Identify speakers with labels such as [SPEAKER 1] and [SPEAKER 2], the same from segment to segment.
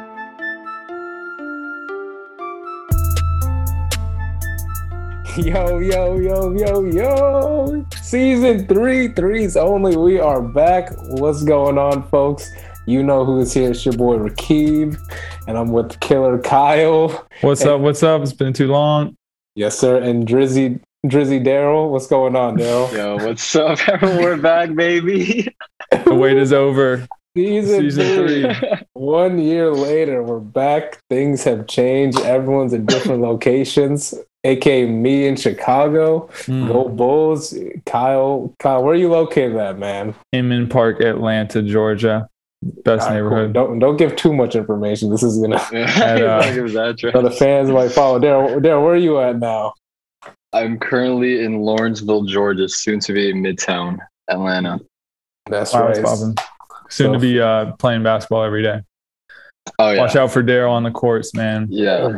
[SPEAKER 1] Yo, yo, yo, yo, yo. Season three, threes only. We are back. What's going on, folks? You know who's here. It's your boy Rakib, and I'm with Killer Kyle.
[SPEAKER 2] What's up? What's up? It's been too long.
[SPEAKER 1] Yes, sir. And Drizzy Drizzy Daryl. What's going on, Daryl?
[SPEAKER 3] Yo, what's up, everyone? We're back, baby.
[SPEAKER 2] The wait is over.
[SPEAKER 1] Season,
[SPEAKER 2] Season
[SPEAKER 1] three.
[SPEAKER 2] three.
[SPEAKER 1] One year later, we're back. Things have changed. Everyone's in different locations. AKA me in Chicago.
[SPEAKER 2] Hmm.
[SPEAKER 1] Go Bulls. Kyle, Kyle, where are you located at, man?
[SPEAKER 2] Inman Park, Atlanta, Georgia. Best
[SPEAKER 1] All right, Ah, cool.
[SPEAKER 2] neighborhood.
[SPEAKER 1] Don't don't give too much information. This is gonna
[SPEAKER 2] And, uh,
[SPEAKER 3] Fuck is that trash?
[SPEAKER 1] so the fans might follow. Daryl, Daryl, where are you at now?
[SPEAKER 3] I'm currently in Lawrenceville, Georgia, soon to be Midtown, Atlanta.
[SPEAKER 1] That's
[SPEAKER 2] Wow,
[SPEAKER 1] right.
[SPEAKER 2] it's poppin'. Soon to be uh, playing basketball every day.
[SPEAKER 3] Oh yeah,
[SPEAKER 2] Watch out for Daryl on the courts, man.
[SPEAKER 3] yeah.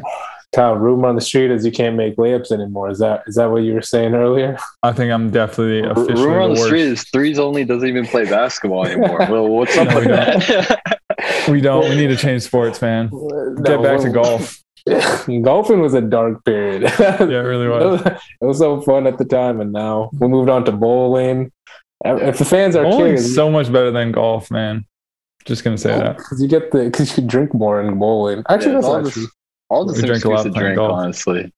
[SPEAKER 1] Kyle, rumor on the street is you can't make layups anymore. Is that is that what you were saying earlier?
[SPEAKER 2] I think I'm definitely
[SPEAKER 3] R-
[SPEAKER 2] officially
[SPEAKER 3] rumor
[SPEAKER 2] the
[SPEAKER 3] on the
[SPEAKER 2] worst.
[SPEAKER 3] street is threes only doesn't even play basketball anymore. well, what's up
[SPEAKER 2] No,
[SPEAKER 3] with
[SPEAKER 2] we
[SPEAKER 3] that?
[SPEAKER 2] We don't. We need to change sports, man. Get back to golf.
[SPEAKER 1] Golfing was a dark period.
[SPEAKER 2] Yeah, it really
[SPEAKER 1] it,
[SPEAKER 2] was.
[SPEAKER 1] was, it was so fun at the time, and now we moved on to bowling. If the fans are
[SPEAKER 2] Bowling's
[SPEAKER 1] curious,
[SPEAKER 2] so much better than golf, man. Just gonna say that.
[SPEAKER 1] because you get the because you can drink more in bowling. Actually,
[SPEAKER 3] Yeah,
[SPEAKER 1] that's
[SPEAKER 3] all
[SPEAKER 1] not
[SPEAKER 3] this-
[SPEAKER 1] true.
[SPEAKER 3] All the
[SPEAKER 2] We
[SPEAKER 3] things
[SPEAKER 2] drink a lot
[SPEAKER 3] to
[SPEAKER 2] playing
[SPEAKER 3] drink,
[SPEAKER 2] golf.
[SPEAKER 3] honestly.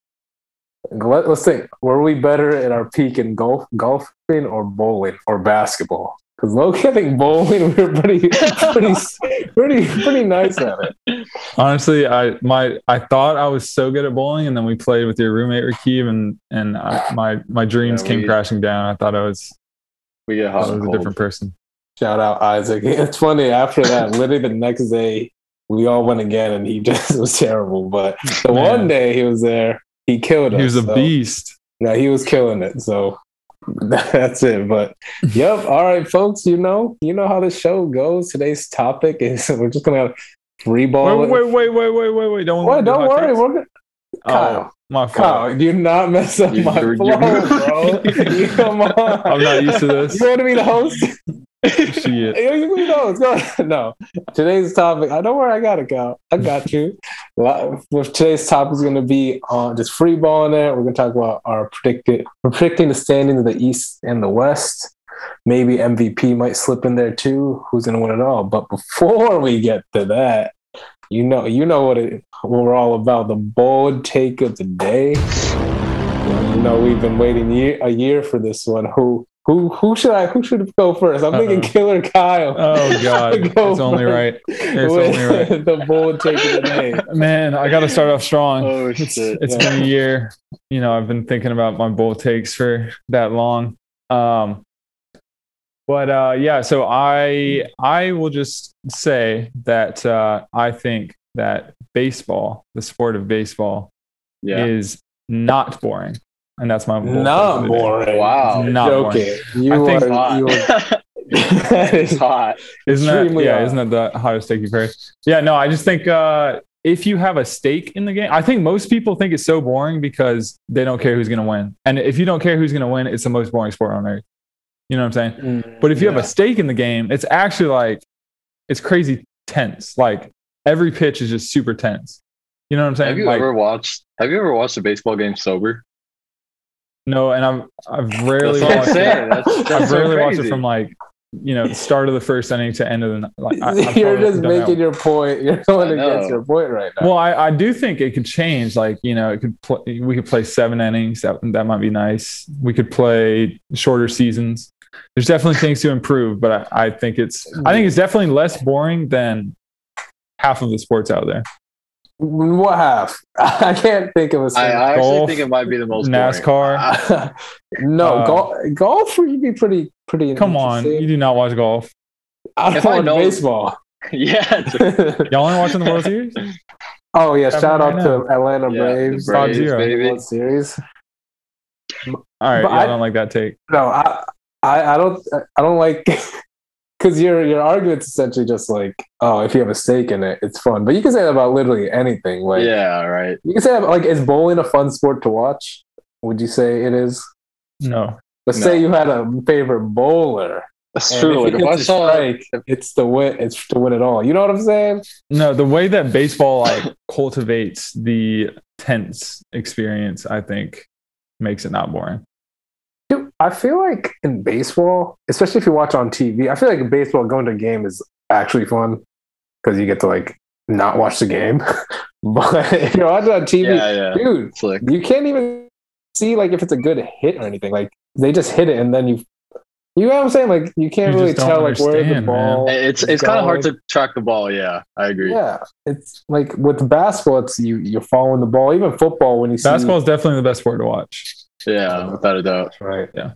[SPEAKER 1] Let, let's think. Were we better at our peak in golf, golfing, or bowling, or basketball? Because Loki, I think bowling we were pretty, pretty, pretty, pretty nice at it.
[SPEAKER 2] Honestly, I my I thought I was so good at bowling, and then we played with your roommate Rakeev, and and I, my my dreams
[SPEAKER 3] Yeah,
[SPEAKER 2] came
[SPEAKER 3] we-
[SPEAKER 2] crashing down. I thought I was,
[SPEAKER 3] We get
[SPEAKER 2] I
[SPEAKER 3] hot
[SPEAKER 2] was
[SPEAKER 3] and
[SPEAKER 2] a
[SPEAKER 3] cold.
[SPEAKER 2] different person.
[SPEAKER 1] Shout out Isaac. It's funny after that. Literally the next day, we all went again, and he just was terrible. But the
[SPEAKER 2] Man.
[SPEAKER 1] one day he was there, he killed us.
[SPEAKER 2] He was a
[SPEAKER 1] so-
[SPEAKER 2] beast.
[SPEAKER 1] No, he was killing it. So that's it. But yep. All right, folks. You know, you know how the show goes. Today's topic is we're just gonna free ball.
[SPEAKER 2] Wait,
[SPEAKER 1] it.
[SPEAKER 2] wait, wait, wait, wait, wait, wait! Don't
[SPEAKER 1] Wait, don't
[SPEAKER 2] hot
[SPEAKER 1] worry.
[SPEAKER 2] takes.
[SPEAKER 1] We're gonna,
[SPEAKER 2] Oh,
[SPEAKER 1] Kyle.
[SPEAKER 2] my fault.
[SPEAKER 1] Kyle, do not mess up
[SPEAKER 3] You-
[SPEAKER 1] my
[SPEAKER 3] you're-
[SPEAKER 1] flow,
[SPEAKER 3] you're-
[SPEAKER 1] bro. Come on.
[SPEAKER 2] I'm not used to this.
[SPEAKER 1] You want to be the host?
[SPEAKER 2] Shit.
[SPEAKER 1] You- you- Who knows? Go ahead. No. Today's topic. I don't worry. I got it, Kyle. I got you. Li- With today's topic is going to be on just free balling it. We're going to talk about our predicted we're predicting the standings of the East and the West. Maybe MVP might slip in there too. Who's going to win it all? But before we get to that, you know, you know what it what we're all about. The bold take of the day. You know, we've been waiting year, a year for this one. Who who who should I who should go first? I'm thinking
[SPEAKER 2] Uh-oh.
[SPEAKER 1] Killer Kyle.
[SPEAKER 2] Oh God,
[SPEAKER 1] Go
[SPEAKER 2] it's only
[SPEAKER 1] first.
[SPEAKER 2] right, It's
[SPEAKER 1] with
[SPEAKER 2] only right.
[SPEAKER 1] the bold take of the day.
[SPEAKER 2] man. I got to start off strong.
[SPEAKER 3] Oh
[SPEAKER 2] It's,
[SPEAKER 3] shit.
[SPEAKER 2] it's been a year. You know, I've been thinking about my bowl takes for that long. Um, but uh, yeah, so I I will just say that uh, I think that baseball, the sport of baseball,
[SPEAKER 3] Yeah.
[SPEAKER 2] is not boring, and that's my bowl take of
[SPEAKER 1] Not
[SPEAKER 2] the day.
[SPEAKER 1] boring.
[SPEAKER 3] Wow.
[SPEAKER 2] Not boring.
[SPEAKER 1] Joking. You
[SPEAKER 2] I think
[SPEAKER 1] are. You are
[SPEAKER 3] Hot.
[SPEAKER 1] that
[SPEAKER 3] it's
[SPEAKER 1] is,
[SPEAKER 3] hot.
[SPEAKER 2] Isn't that
[SPEAKER 1] Extremely
[SPEAKER 2] yeah?
[SPEAKER 1] odd.
[SPEAKER 2] Isn't that the hottest take you've heard? Yeah, no, I just think uh, if you have a stake in the game, I think most people think it's so boring because they don't care who's going to win, and if you don't care who's going to win, it's the most boring sport on earth. You know what I'm saying?
[SPEAKER 1] Mm.
[SPEAKER 2] But if you have a stake in the game, it's actually like it's crazy tense. Like every pitch is just super tense. You know what I'm saying?
[SPEAKER 3] Have you
[SPEAKER 2] like,
[SPEAKER 3] ever watched? Have you ever watched a baseball game sober?
[SPEAKER 2] No, and I've I've rarely
[SPEAKER 3] That's what I'm
[SPEAKER 2] watched it.
[SPEAKER 3] saying. That's, that's
[SPEAKER 2] I've
[SPEAKER 3] so
[SPEAKER 2] rarely watched it
[SPEAKER 3] crazy.
[SPEAKER 2] from like you know start of the first inning to end of the like. I, I've
[SPEAKER 1] you're
[SPEAKER 2] probably
[SPEAKER 1] just
[SPEAKER 2] done that
[SPEAKER 1] making your point. You're going
[SPEAKER 3] I
[SPEAKER 1] against
[SPEAKER 3] know.
[SPEAKER 1] your point right now.
[SPEAKER 2] Well, I, I do think it could change. Like you know, it could pl- we could play seven innings. That that might be nice. We could play shorter seasons. There's definitely things to improve, but I, I think it's I think it's definitely less boring than half of the sports out there.
[SPEAKER 1] what half? I can't think of a
[SPEAKER 3] I,
[SPEAKER 1] single.
[SPEAKER 3] I actually
[SPEAKER 2] Golf,
[SPEAKER 3] think it might be the most boring.
[SPEAKER 2] NASCAR.
[SPEAKER 1] no,
[SPEAKER 2] Uh,
[SPEAKER 1] gol- golf would be pretty pretty.
[SPEAKER 2] Come on, you
[SPEAKER 1] interesting.
[SPEAKER 2] do not watch golf.
[SPEAKER 1] I don't
[SPEAKER 3] If I
[SPEAKER 1] like
[SPEAKER 3] know-
[SPEAKER 1] baseball.
[SPEAKER 3] yeah, it's
[SPEAKER 2] Y'all ain't watching the World Series.
[SPEAKER 1] oh yeah, shout out
[SPEAKER 2] Happening right
[SPEAKER 1] to Atlanta
[SPEAKER 3] Yeah,
[SPEAKER 1] Braves.
[SPEAKER 3] the
[SPEAKER 2] Five
[SPEAKER 3] Braves,
[SPEAKER 2] zero.
[SPEAKER 3] baby.
[SPEAKER 1] World Series.
[SPEAKER 2] All right,
[SPEAKER 1] But
[SPEAKER 2] y'all
[SPEAKER 1] I-
[SPEAKER 2] don't like that take.
[SPEAKER 1] No, I, I, I don't, I don't like, because your your argument's essentially just like, oh, if you have a stake in it, it's fun. But you can say that about literally anything. Like,
[SPEAKER 3] yeah, right.
[SPEAKER 1] you can say that about- like, is bowling a fun sport to watch? Would you say it is?
[SPEAKER 2] No,
[SPEAKER 1] Let's
[SPEAKER 3] No.
[SPEAKER 1] say you had a favorite bowler.
[SPEAKER 3] That's
[SPEAKER 1] and
[SPEAKER 3] true.
[SPEAKER 1] if
[SPEAKER 3] Like
[SPEAKER 1] he
[SPEAKER 3] if I
[SPEAKER 1] gets a
[SPEAKER 3] saw,
[SPEAKER 1] strike, it's to win. It's to win it all. You know what I'm saying?
[SPEAKER 2] no. The way that baseball like cultivates the tense experience, I think, makes it not boring.
[SPEAKER 1] Dude, I feel like in baseball, especially if you watch on TV, I feel like in baseball going to a game is actually fun because you get to like not watch the game. but if you watch it on TV,
[SPEAKER 3] Yeah, yeah.
[SPEAKER 1] dude,
[SPEAKER 3] Flick.
[SPEAKER 1] you can't even see like if it's a good hit or anything. Like they just hit it and then you, you know what I'm saying? Like you can't
[SPEAKER 2] You
[SPEAKER 1] really
[SPEAKER 2] just don't
[SPEAKER 1] tell like where the
[SPEAKER 2] understand, man.
[SPEAKER 1] ball.
[SPEAKER 3] It's
[SPEAKER 1] is
[SPEAKER 3] it's kind of
[SPEAKER 1] going.
[SPEAKER 3] hard to track the ball. Yeah, I agree.
[SPEAKER 1] Yeah, it's like with basketball, it's you you're following the ball. Even football, when you see
[SPEAKER 2] Basketball is definitely the best sport to watch.
[SPEAKER 3] Yeah, without a doubt.
[SPEAKER 1] right?
[SPEAKER 2] Yeah.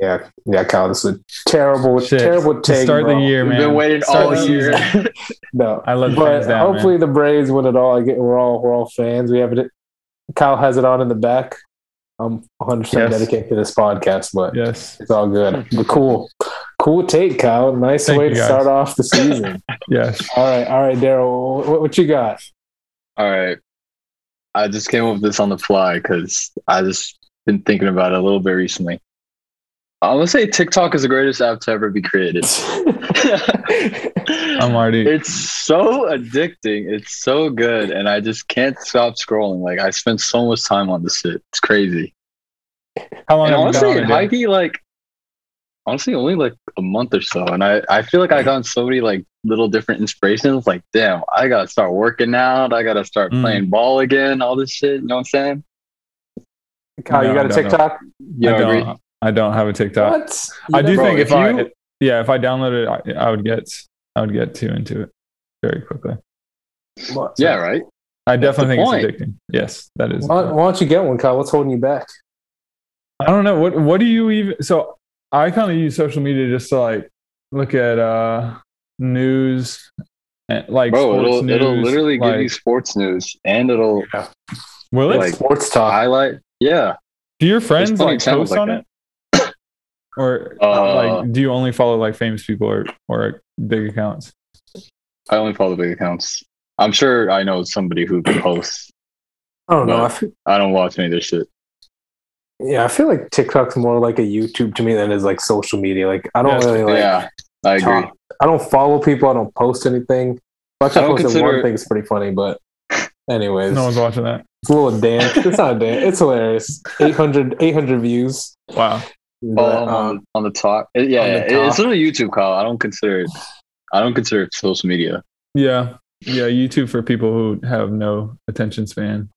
[SPEAKER 1] yeah, yeah. Kyle, this is a terrible,
[SPEAKER 2] Shit.
[SPEAKER 1] terrible
[SPEAKER 2] To
[SPEAKER 1] take.
[SPEAKER 2] start
[SPEAKER 1] bro.
[SPEAKER 2] the year,
[SPEAKER 3] We've
[SPEAKER 2] man.
[SPEAKER 3] been waiting
[SPEAKER 2] Start
[SPEAKER 3] all
[SPEAKER 2] the
[SPEAKER 3] year.
[SPEAKER 2] season.
[SPEAKER 1] Oh, No,
[SPEAKER 2] I let
[SPEAKER 1] but
[SPEAKER 2] fans down. man.
[SPEAKER 1] hopefully the Braves win it all. I get we're all we're all fans. We have it. Kyle has it on in the back. I'm 100 percent
[SPEAKER 2] Yes.
[SPEAKER 1] dedicated to this podcast, but
[SPEAKER 2] Yes.
[SPEAKER 1] it's all good. But cool, cool take, Kyle. Nice
[SPEAKER 2] Thank
[SPEAKER 1] way
[SPEAKER 2] you,
[SPEAKER 1] to
[SPEAKER 2] guys.
[SPEAKER 1] start off the season.
[SPEAKER 2] Yes.
[SPEAKER 1] all right, all right, Daryl, what, what you got?
[SPEAKER 3] All right. I just came up with this on the fly because I just been thinking about it a little bit recently. I'm gonna say TikTok is the greatest app to ever be created.
[SPEAKER 2] I'm already.
[SPEAKER 3] it's so addicting. It's so good, and I just can't stop scrolling. Like I spend so much time on this shit. It's crazy.
[SPEAKER 2] How long have you
[SPEAKER 3] And
[SPEAKER 2] been
[SPEAKER 3] honestly,
[SPEAKER 2] on it,
[SPEAKER 3] high
[SPEAKER 2] dude?
[SPEAKER 3] key, like honestly, only like a month or so, and I I feel like I got so many like little different inspirations. Like, damn, I gotta start working out. I gotta start
[SPEAKER 2] Mm.
[SPEAKER 3] playing ball again. All this shit. You know what I'm saying?
[SPEAKER 1] Kyle, you
[SPEAKER 2] No,
[SPEAKER 1] got a
[SPEAKER 2] no, no.
[SPEAKER 1] TikTok?
[SPEAKER 3] You
[SPEAKER 2] I
[SPEAKER 3] agree?
[SPEAKER 2] don't. I don't have a TikTok.
[SPEAKER 1] What?
[SPEAKER 2] I do
[SPEAKER 3] Bro,
[SPEAKER 2] think if,
[SPEAKER 3] if
[SPEAKER 2] I
[SPEAKER 3] you-
[SPEAKER 2] yeah, if I downloaded it, I, I would get I would get too into it very quickly.
[SPEAKER 1] What?
[SPEAKER 3] Yeah, right.
[SPEAKER 2] I
[SPEAKER 3] That's
[SPEAKER 2] definitely
[SPEAKER 3] the
[SPEAKER 2] think it's addicting. Yes, that is.
[SPEAKER 1] Why, why don't you get one, Kyle? What's holding you back?
[SPEAKER 2] I don't know what what do you even so I kind of use social media just to like look at uh news and like
[SPEAKER 3] Bro,
[SPEAKER 2] sports
[SPEAKER 3] it'll,
[SPEAKER 2] news,
[SPEAKER 3] it'll literally
[SPEAKER 2] like,
[SPEAKER 3] give you sports news and it'll
[SPEAKER 2] will it
[SPEAKER 3] like,
[SPEAKER 1] Sports talk.
[SPEAKER 3] highlight. Yeah.
[SPEAKER 2] do your friends
[SPEAKER 3] there's plenty
[SPEAKER 2] like
[SPEAKER 3] of channels
[SPEAKER 2] post
[SPEAKER 3] like
[SPEAKER 2] on
[SPEAKER 3] that.
[SPEAKER 2] it or
[SPEAKER 3] Uh,
[SPEAKER 2] like do you only follow like famous people or or big accounts
[SPEAKER 3] I only follow the big accounts. I'm sure I know somebody who posts.
[SPEAKER 1] I don't know.
[SPEAKER 3] but-
[SPEAKER 1] I feel,
[SPEAKER 3] I don't watch any of their shit.
[SPEAKER 1] yeah, I feel like TikTok's more like a YouTube to me than it is like social media. Like I don't
[SPEAKER 2] Yeah.
[SPEAKER 1] really like.
[SPEAKER 3] yeah, I agree.
[SPEAKER 1] talk. I don't follow people. I don't post anything. Well, actually, I,
[SPEAKER 3] I don't
[SPEAKER 1] posted
[SPEAKER 3] consider-
[SPEAKER 1] one thing. It's pretty funny, but anyways,
[SPEAKER 2] no one's watching that
[SPEAKER 1] it's a little dance. It's not a dance. It's hilarious. 800, 800 views.
[SPEAKER 2] wow
[SPEAKER 1] But, um,
[SPEAKER 3] Follow on, on the top. It- yeah,
[SPEAKER 1] on the
[SPEAKER 3] yeah, it- it's
[SPEAKER 1] top.
[SPEAKER 3] literally YouTube, Kyle. I don't consider it. I don't consider it social media,
[SPEAKER 2] yeah yeah YouTube for people who have no attention span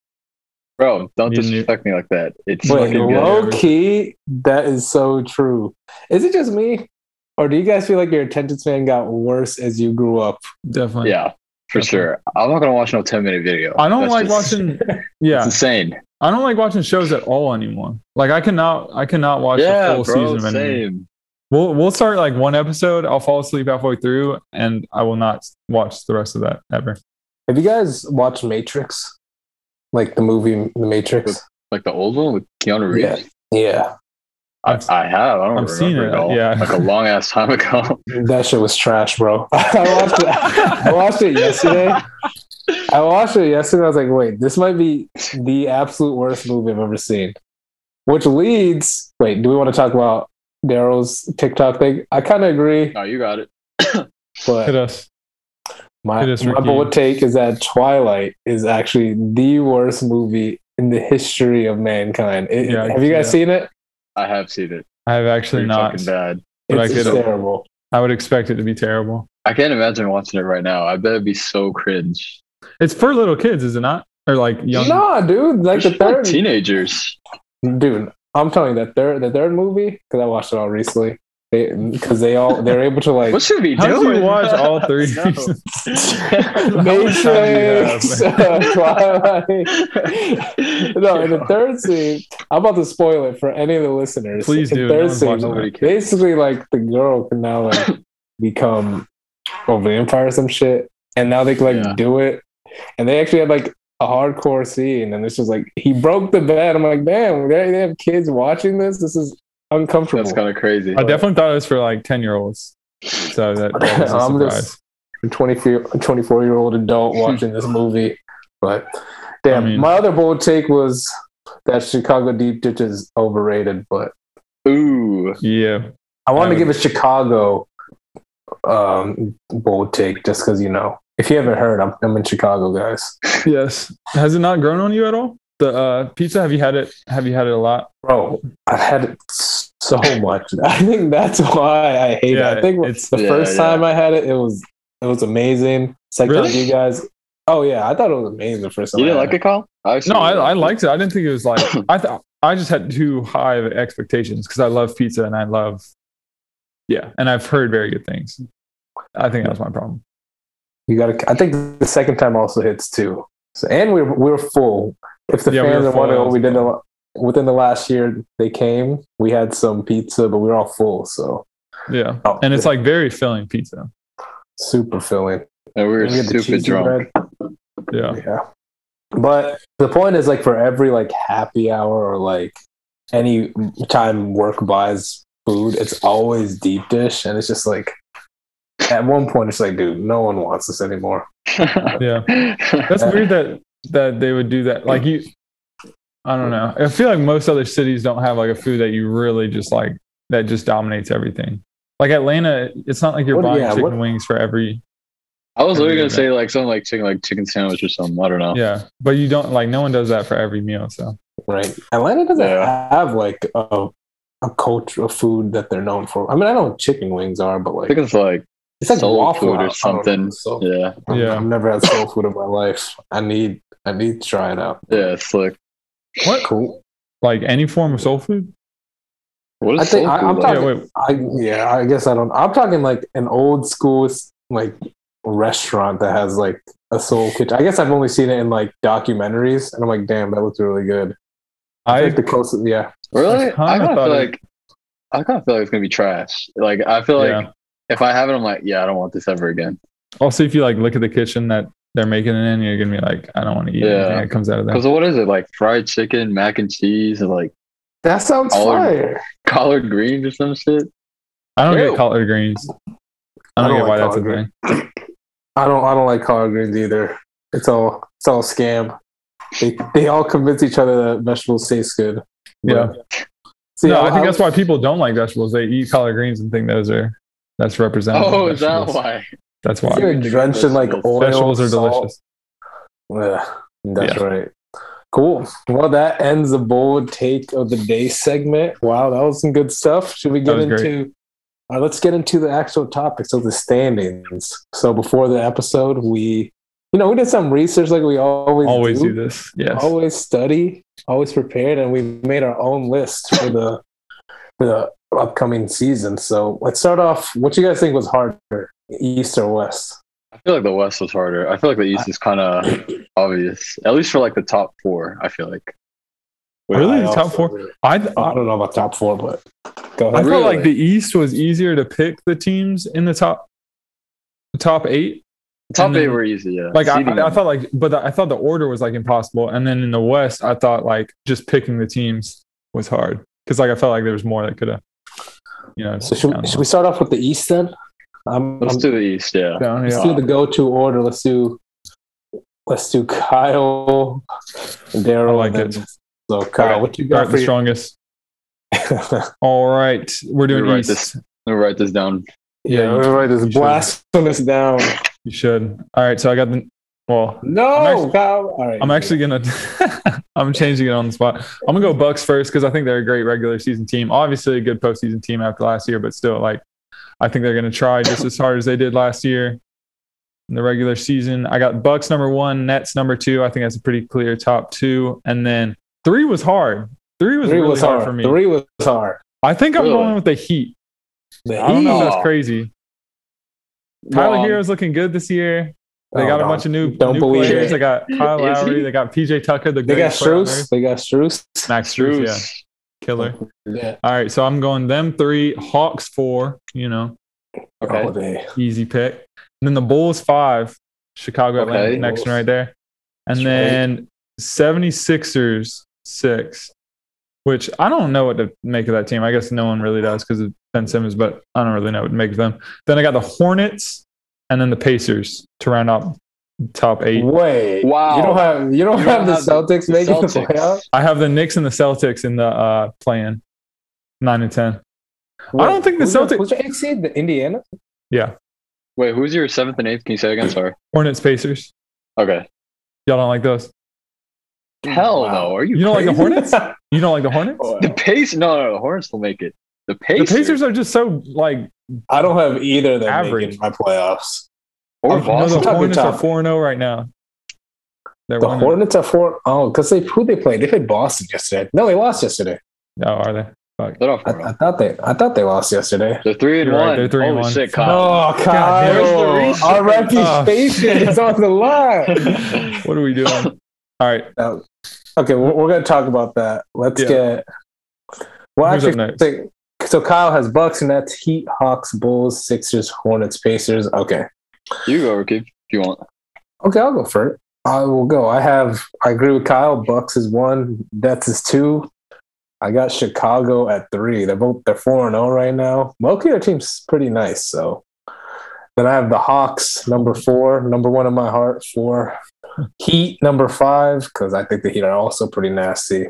[SPEAKER 3] bro. Don't
[SPEAKER 2] You knew-
[SPEAKER 3] disrespect me like that. It's
[SPEAKER 1] wait,
[SPEAKER 3] fucking
[SPEAKER 2] what?
[SPEAKER 3] good.
[SPEAKER 1] low key, that is so true. Is it just me, or do you guys feel like your attention span got worse as you grew up?
[SPEAKER 2] definitely
[SPEAKER 3] Yeah, for
[SPEAKER 2] Okay.
[SPEAKER 3] sure. I'm not gonna watch no 10 minute video.
[SPEAKER 2] I don't
[SPEAKER 3] That's
[SPEAKER 2] like
[SPEAKER 3] just-
[SPEAKER 2] watching
[SPEAKER 3] It's
[SPEAKER 2] yeah
[SPEAKER 3] insane.
[SPEAKER 2] I don't like watching shows at all anymore. Like I cannot, I cannot watch the
[SPEAKER 3] Yeah,
[SPEAKER 2] full
[SPEAKER 3] bro.
[SPEAKER 2] season of anything.
[SPEAKER 3] Same.
[SPEAKER 2] We'll we'll start like one episode. I'll fall asleep halfway through, and I will not watch the rest of that ever.
[SPEAKER 1] Have you guys watched Matrix? Like the movie The Matrix?
[SPEAKER 3] Like the old one with Keanu Reeves.
[SPEAKER 1] Yeah,
[SPEAKER 2] I've,
[SPEAKER 3] I have. I don't
[SPEAKER 2] I've
[SPEAKER 3] remember
[SPEAKER 2] seen
[SPEAKER 3] it
[SPEAKER 2] it,
[SPEAKER 3] at all.
[SPEAKER 2] yeah.
[SPEAKER 3] like a long ass time ago.
[SPEAKER 1] that shit was trash, bro. I watched it. I watched it yesterday. I watched it yesterday. I was like, wait, this might be the absolute worst movie I've ever seen. Which leads, wait, do we want to talk about Daryl's TikTok thing? I kind of agree,
[SPEAKER 3] no, you got it.
[SPEAKER 2] Hit
[SPEAKER 1] but
[SPEAKER 2] us.
[SPEAKER 1] my,
[SPEAKER 2] hit us,
[SPEAKER 1] my
[SPEAKER 2] Ricky.
[SPEAKER 1] bold take is that Twilight is actually the worst movie in the history of mankind. It-
[SPEAKER 2] Yeah, I
[SPEAKER 1] have you guys
[SPEAKER 2] see
[SPEAKER 1] seen it?
[SPEAKER 3] I have seen it.
[SPEAKER 2] I have actually
[SPEAKER 3] Pretty
[SPEAKER 2] not.
[SPEAKER 3] fucking bad.
[SPEAKER 2] But I
[SPEAKER 1] It's
[SPEAKER 2] get it.
[SPEAKER 1] terrible.
[SPEAKER 2] I would expect it to be terrible.
[SPEAKER 3] I can't imagine watching it right now. I bet it'd be so cringe.
[SPEAKER 2] It's for little kids, is it not? Or like young?
[SPEAKER 1] Nah, dude, like the
[SPEAKER 3] It's like
[SPEAKER 1] third
[SPEAKER 3] teenagers.
[SPEAKER 1] dude i'm telling you that third the third movie because i watched it all recently because they, all they're able to like
[SPEAKER 3] What should we do?
[SPEAKER 2] How do you watch all three?
[SPEAKER 3] No.
[SPEAKER 2] seasons?
[SPEAKER 1] matrix uh, twilight no in the third scene i'm about to spoil it for any of the listeners
[SPEAKER 2] Please
[SPEAKER 1] In
[SPEAKER 2] do,
[SPEAKER 1] the
[SPEAKER 2] no
[SPEAKER 1] third
[SPEAKER 2] one's
[SPEAKER 1] scene,
[SPEAKER 2] watching that.
[SPEAKER 1] basically like the girl can now like become a vampire or some shit and now they can like
[SPEAKER 3] Yeah.
[SPEAKER 1] do it and they actually had like a hardcore scene and this was like he broke the bed i'm like damn they they have kids watching this this is uncomfortable
[SPEAKER 3] That's kind of crazy.
[SPEAKER 2] I definitely thought it was for like ten year olds. So that, that was a
[SPEAKER 1] I'm
[SPEAKER 2] surprise. Hmm.
[SPEAKER 1] just- 24, 24 year old adult watching this movie. But damn,
[SPEAKER 2] I mean-
[SPEAKER 1] my other bold take was that Chicago Deep Ditch is overrated. But
[SPEAKER 3] Ooh,
[SPEAKER 2] yeah.
[SPEAKER 1] I wanted
[SPEAKER 2] I
[SPEAKER 1] to give a Chicago um, bold take just because, you know, if you haven't heard, I'm, I'm in Chicago, guys.
[SPEAKER 2] Yes. Has it not grown on you at all? The uh, pizza. Have you had it? Have you had it a lot?
[SPEAKER 1] bro. I've had it so much. I think that's why I hate it.
[SPEAKER 2] Yeah,
[SPEAKER 1] I think
[SPEAKER 2] it's-
[SPEAKER 1] it's, the
[SPEAKER 3] Yeah,
[SPEAKER 1] first
[SPEAKER 3] yeah.
[SPEAKER 1] time I had it, it was it was amazing. Second
[SPEAKER 2] Really?
[SPEAKER 1] time you guys. Oh yeah, I thought it was amazing the first time.
[SPEAKER 3] You didn't
[SPEAKER 1] I
[SPEAKER 3] like
[SPEAKER 1] had
[SPEAKER 3] it, Kyle?
[SPEAKER 2] No, I, I liked it. I didn't think it was like I thought. I just had too high of expectations because I love pizza and I love, yeah, and I've heard very good things. I think that was my problem.
[SPEAKER 1] You gotta. I think the second time also hits too. So and we were, we were full. If the
[SPEAKER 2] Yeah, we
[SPEAKER 1] fans
[SPEAKER 2] were
[SPEAKER 1] are wondering
[SPEAKER 2] full.
[SPEAKER 1] what we did in the- within the last year, they came. We had some pizza, but we were all full, so
[SPEAKER 2] Yeah,
[SPEAKER 1] oh,
[SPEAKER 2] and it's like very filling pizza.
[SPEAKER 1] super filling.
[SPEAKER 3] And we were
[SPEAKER 1] And we had the
[SPEAKER 3] stupid
[SPEAKER 1] cheesy
[SPEAKER 3] drunk.
[SPEAKER 2] Yeah,
[SPEAKER 1] bread. Yeah, but the point is like for every like happy hour or like any time work buys food, it's always deep dish, and it's just like at one point it's like, dude, no one wants this anymore.
[SPEAKER 2] yeah. That's weird that that they would do that. Like you, I don't know. I feel like most other cities don't have like a food that you really just like that just dominates everything. Like Atlanta, it's not like you're
[SPEAKER 1] What-
[SPEAKER 2] buying
[SPEAKER 1] yeah,
[SPEAKER 2] chicken
[SPEAKER 1] what-
[SPEAKER 2] wings for every
[SPEAKER 3] I was literally
[SPEAKER 2] Yeah.
[SPEAKER 3] gonna say like something like chicken, like chicken sandwich or something. I don't
[SPEAKER 1] Oh.
[SPEAKER 3] know.
[SPEAKER 2] yeah, but you don't like no one does that for every meal. So
[SPEAKER 1] Right. Atlanta doesn't
[SPEAKER 3] Yeah.
[SPEAKER 1] have like a a culture of food that they're known for. I mean, I know what chicken wings are, but
[SPEAKER 3] I
[SPEAKER 1] like
[SPEAKER 3] think it's like
[SPEAKER 1] it's like
[SPEAKER 3] soul
[SPEAKER 1] waffle
[SPEAKER 3] food or
[SPEAKER 1] House. I don't know,
[SPEAKER 3] something.
[SPEAKER 1] so-
[SPEAKER 3] yeah,
[SPEAKER 1] I've-
[SPEAKER 2] Yeah.
[SPEAKER 1] I've never had soul food in my life. I need I need to try it out.
[SPEAKER 3] yeah. It's like
[SPEAKER 2] what
[SPEAKER 1] Cool.
[SPEAKER 2] like any form of soul food?
[SPEAKER 3] what is
[SPEAKER 1] I think-
[SPEAKER 3] soul
[SPEAKER 1] I-
[SPEAKER 3] food
[SPEAKER 1] I'm
[SPEAKER 3] like?
[SPEAKER 1] talking-
[SPEAKER 2] Yeah, wait,
[SPEAKER 1] I yeah. I guess I don't. I'm talking like an old school like restaurant that has like a soul kitchen. I guess I've only seen it in like documentaries, and I'm like, damn, that looks really good. I
[SPEAKER 2] I
[SPEAKER 1] like the closest. Yeah.
[SPEAKER 2] I
[SPEAKER 3] Really? I
[SPEAKER 2] kinda
[SPEAKER 3] kind of
[SPEAKER 2] thought
[SPEAKER 3] feel
[SPEAKER 2] it-
[SPEAKER 3] like I kind of feel like it's gonna be trash. Like I feel like
[SPEAKER 2] Yeah.
[SPEAKER 3] if I have it, I'm like, yeah, I don't want this ever again.
[SPEAKER 2] also if you like look at the kitchen that they're making it in, you're gonna be like, I don't want to eat
[SPEAKER 3] Yeah.
[SPEAKER 2] anything that comes out of there.
[SPEAKER 3] Because what is it like? Fried chicken, mac and cheese, and like
[SPEAKER 1] That sounds
[SPEAKER 3] Oh,
[SPEAKER 1] fire.
[SPEAKER 3] collard greens or some shit.
[SPEAKER 2] I don't get
[SPEAKER 1] Ew.
[SPEAKER 2] collard greens. I don't,
[SPEAKER 1] I don't
[SPEAKER 2] get
[SPEAKER 1] like
[SPEAKER 2] why that's a
[SPEAKER 1] collard
[SPEAKER 2] thing.
[SPEAKER 1] I don't. I don't like collard greens either. It's all. It's all scam. They they all convince each other that vegetables taste good.
[SPEAKER 2] Yeah.
[SPEAKER 1] See,
[SPEAKER 2] no, I,
[SPEAKER 1] I,
[SPEAKER 2] think that's why people don't like vegetables. They eat collard greens and think those are that's representative.
[SPEAKER 3] Oh,
[SPEAKER 2] of
[SPEAKER 3] is that
[SPEAKER 2] vegetables.
[SPEAKER 3] why?
[SPEAKER 2] That's
[SPEAKER 1] If
[SPEAKER 2] why
[SPEAKER 1] You're drenched in like oil.
[SPEAKER 2] vegetables are
[SPEAKER 1] salt-
[SPEAKER 2] delicious.
[SPEAKER 1] Yeah, that's right. Cool. Well, that ends the bold take of the day segment. Wow, that was some good stuff. Should we get
[SPEAKER 2] That was
[SPEAKER 1] into?
[SPEAKER 2] great.
[SPEAKER 1] Uh, let's get into the actual topics of the standings. So before the episode, we, you know, we did some research like we always
[SPEAKER 2] Always do this. Yes.
[SPEAKER 1] always study, always prepared, and we made our own list for the for the upcoming season. So let's start off. What you guys think was harder, East or West?
[SPEAKER 3] I feel like the West was harder. I feel like the East is kind of obvious, at least for like the top four. I feel like.
[SPEAKER 2] Really?
[SPEAKER 1] I
[SPEAKER 2] Top
[SPEAKER 1] also-
[SPEAKER 2] four?
[SPEAKER 1] I
[SPEAKER 2] I, I
[SPEAKER 1] don't know about top four, but go
[SPEAKER 2] I
[SPEAKER 1] ahead.
[SPEAKER 2] felt like the
[SPEAKER 3] Really?
[SPEAKER 2] East was easier to pick the teams in the top top eight.
[SPEAKER 3] Top
[SPEAKER 2] And
[SPEAKER 3] eight
[SPEAKER 2] then-
[SPEAKER 3] were easy. Yeah.
[SPEAKER 2] Like I,
[SPEAKER 3] Seeding
[SPEAKER 2] I, I
[SPEAKER 3] them.
[SPEAKER 2] thought like, but I thought the order was like impossible. And then in the West, I thought like just picking the teams was hard because like I felt like there was more that could have, you know.
[SPEAKER 1] So should, we- should we start off with the East then? Um,
[SPEAKER 3] Let's
[SPEAKER 1] let's
[SPEAKER 3] do the East. Yeah.
[SPEAKER 2] down here.
[SPEAKER 1] do the go-to order. Let's do let's do Kyle,
[SPEAKER 2] I
[SPEAKER 1] Daryl,
[SPEAKER 2] like
[SPEAKER 1] and
[SPEAKER 2] it.
[SPEAKER 1] then- So Kyle,
[SPEAKER 2] Alright,
[SPEAKER 1] what you
[SPEAKER 2] Start
[SPEAKER 1] got for
[SPEAKER 2] the
[SPEAKER 1] you?
[SPEAKER 2] strongest. All right, we're doing
[SPEAKER 3] You're right,
[SPEAKER 2] East.
[SPEAKER 3] this- Let me write this down.
[SPEAKER 1] yeah,
[SPEAKER 2] you-
[SPEAKER 1] all right. This
[SPEAKER 2] you should.
[SPEAKER 1] blasphemous down.
[SPEAKER 2] You should. All right, so I got the. Well,
[SPEAKER 1] No,
[SPEAKER 2] I'm actually-
[SPEAKER 1] Kyle. All right.
[SPEAKER 2] I'm actually gonna. I'm changing it on the spot. I'm gonna go Bucks first because I think they're a great regular season team. Obviously, a good postseason team after last year, but still, like, I think they're gonna try just as hard as they did last year in the regular season. I got Bucks number one, Nets number two. I think that's a pretty clear top two, and then three was hard. Three was
[SPEAKER 1] three
[SPEAKER 2] really
[SPEAKER 1] was
[SPEAKER 2] hard,
[SPEAKER 1] hard.
[SPEAKER 2] for me.
[SPEAKER 1] Three was hard.
[SPEAKER 2] I think I'm
[SPEAKER 3] Really?
[SPEAKER 2] going with the Heat.
[SPEAKER 1] The
[SPEAKER 2] I don't know if
[SPEAKER 1] Heat-
[SPEAKER 2] that's crazy. Tyler
[SPEAKER 3] Wrong.
[SPEAKER 2] Hero's looking good this year. They
[SPEAKER 1] Oh,
[SPEAKER 2] got a
[SPEAKER 1] no.
[SPEAKER 2] bunch of new,
[SPEAKER 1] Don't
[SPEAKER 2] new
[SPEAKER 1] believe
[SPEAKER 2] players.
[SPEAKER 3] it.
[SPEAKER 2] They got Kyle
[SPEAKER 3] Is
[SPEAKER 2] Lowry.
[SPEAKER 3] he?
[SPEAKER 2] They got PJ Tucker. The
[SPEAKER 1] They got
[SPEAKER 2] greatest player on
[SPEAKER 1] Struce. They got Struce.
[SPEAKER 2] earth. Max Struess, yeah,
[SPEAKER 3] Struce.
[SPEAKER 2] killer.
[SPEAKER 1] Yeah.
[SPEAKER 2] All right, so I'm going them three, Hawks four. You know,
[SPEAKER 3] Okay.
[SPEAKER 2] Oh.
[SPEAKER 1] Holiday.
[SPEAKER 2] easy pick. And then the Bulls five, Chicago Atlanta
[SPEAKER 3] Okay.
[SPEAKER 2] connection
[SPEAKER 1] Bulls.
[SPEAKER 2] right there, and
[SPEAKER 1] That's
[SPEAKER 2] then 76ers six. Which I don't know what to make of that team. I guess no one really does because of Ben Simmons, but I don't really know what to make of them. Then I got the Hornets and then the Pacers to round out top eight.
[SPEAKER 1] Wait.
[SPEAKER 3] Wow.
[SPEAKER 1] You don't have you don't,
[SPEAKER 3] You
[SPEAKER 1] have,
[SPEAKER 3] don't
[SPEAKER 1] the
[SPEAKER 3] have the
[SPEAKER 1] Celtics
[SPEAKER 3] the
[SPEAKER 1] making
[SPEAKER 3] Celtics.
[SPEAKER 1] the playoffs.
[SPEAKER 2] I have the Knicks and the Celtics in the uh plan. Nine and ten. I don't think the
[SPEAKER 1] Who's your-
[SPEAKER 2] Celtics-
[SPEAKER 1] Who's your eighth seed? The Indiana.
[SPEAKER 2] Yeah.
[SPEAKER 3] Wait, who's your seventh and eighth? Can you say again? Sorry.
[SPEAKER 2] Hornets Pacers.
[SPEAKER 3] Okay.
[SPEAKER 2] Y'all don't like those?
[SPEAKER 3] hell no. Are you?
[SPEAKER 2] You don't Oh, like the
[SPEAKER 3] crazy?
[SPEAKER 2] Hornets? You don't like the Hornets?
[SPEAKER 1] Oh,
[SPEAKER 3] The Pacers? No, no, no, the Hornets will make it. The Pacers,
[SPEAKER 2] The Pacers are just so like
[SPEAKER 1] I don't have either of them
[SPEAKER 2] Average.
[SPEAKER 1] making my playoffs.
[SPEAKER 3] or
[SPEAKER 2] I know
[SPEAKER 3] Boston.
[SPEAKER 2] the
[SPEAKER 1] Talking
[SPEAKER 2] Hornets are
[SPEAKER 1] top.
[SPEAKER 2] four and zero right now. They're
[SPEAKER 1] The
[SPEAKER 2] one and-
[SPEAKER 1] Hornets are four. Oh, because they who they played? They played Boston yesterday. No, they lost yesterday.
[SPEAKER 2] Oh, are they? Fuck.
[SPEAKER 3] They're not
[SPEAKER 1] I,
[SPEAKER 3] four and
[SPEAKER 1] I
[SPEAKER 3] oh.
[SPEAKER 1] thought they I thought they lost yesterday.
[SPEAKER 3] They're three and
[SPEAKER 2] You're right,
[SPEAKER 3] one.
[SPEAKER 2] they're three and
[SPEAKER 3] Holy
[SPEAKER 2] one.
[SPEAKER 3] shit, Kyle.
[SPEAKER 1] Oh,
[SPEAKER 2] God damn. Oh.
[SPEAKER 1] Kyle,
[SPEAKER 3] There's the
[SPEAKER 1] our
[SPEAKER 3] reason.
[SPEAKER 1] reputation is on the line.
[SPEAKER 2] What are we doing? All right.
[SPEAKER 1] Okay, we're, we're going to talk about that. Let's
[SPEAKER 2] Yeah.
[SPEAKER 1] get. Well,
[SPEAKER 2] Who's up
[SPEAKER 1] actually,
[SPEAKER 2] next?
[SPEAKER 1] so, so Kyle has Bucks, Nets, Heat, Hawks, Bulls, Sixers, Hornets, Pacers. Okay,
[SPEAKER 3] you go, Ricky, if you want.
[SPEAKER 1] okay, I'll go for it. I will go. I have. I agree with Kyle. Bucks is one. Nets is two. I got Chicago at three. They're both they're four and zero right now. Mostly their team's pretty nice. So then I have the Hawks number four, number one in my heart. Four Heat number five because I think the Heat are also pretty nasty.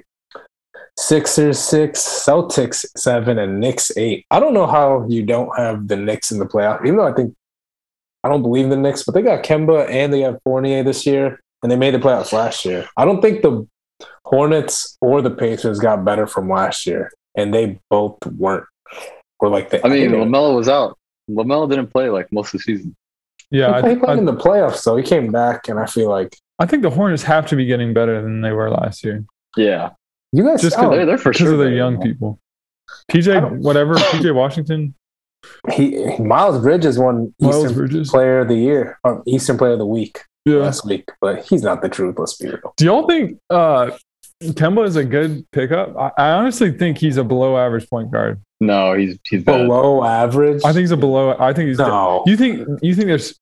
[SPEAKER 1] Sixers six, Celtics seven, and Knicks eight. I don't know how you don't have the Knicks in the playoff, even though I think I don't believe the Knicks, but they got Kemba and they got Fournier this year, and they made the playoffs last year. I don't think the Hornets or the Pacers got better from last year, and they both weren't. Or like the,
[SPEAKER 3] I mean,
[SPEAKER 1] think they-
[SPEAKER 3] Lamelo was out. Lamelo didn't play like most of the season.
[SPEAKER 2] Yeah, I,
[SPEAKER 1] he played
[SPEAKER 2] I,
[SPEAKER 1] in the playoffs, though. He came back, and I feel like
[SPEAKER 2] I think the Hornets have to be getting better than they were last year
[SPEAKER 3] Yeah,
[SPEAKER 1] you guys.
[SPEAKER 2] Just 'cause
[SPEAKER 1] oh,
[SPEAKER 3] they're, they're for
[SPEAKER 2] because
[SPEAKER 3] sure.
[SPEAKER 2] of the
[SPEAKER 3] better
[SPEAKER 2] young
[SPEAKER 3] than
[SPEAKER 2] people.
[SPEAKER 1] I
[SPEAKER 2] PJ,
[SPEAKER 1] don't-
[SPEAKER 2] whatever. PJ Washington,
[SPEAKER 1] he, he- Miles Bridges won
[SPEAKER 2] Miles
[SPEAKER 1] Eastern
[SPEAKER 2] Bridges.
[SPEAKER 1] Player of the Year or Eastern Player of the Week
[SPEAKER 2] Yeah.
[SPEAKER 1] last week, but he's not the truth. Let's be real.
[SPEAKER 2] Do y'all think uh, Kemba is a good pickup? I, I honestly think he's a below average point guard.
[SPEAKER 3] that. No, he's he's bad.
[SPEAKER 1] Below average.
[SPEAKER 2] I think he's a below. I think he's.
[SPEAKER 1] no.
[SPEAKER 2] You think you think there's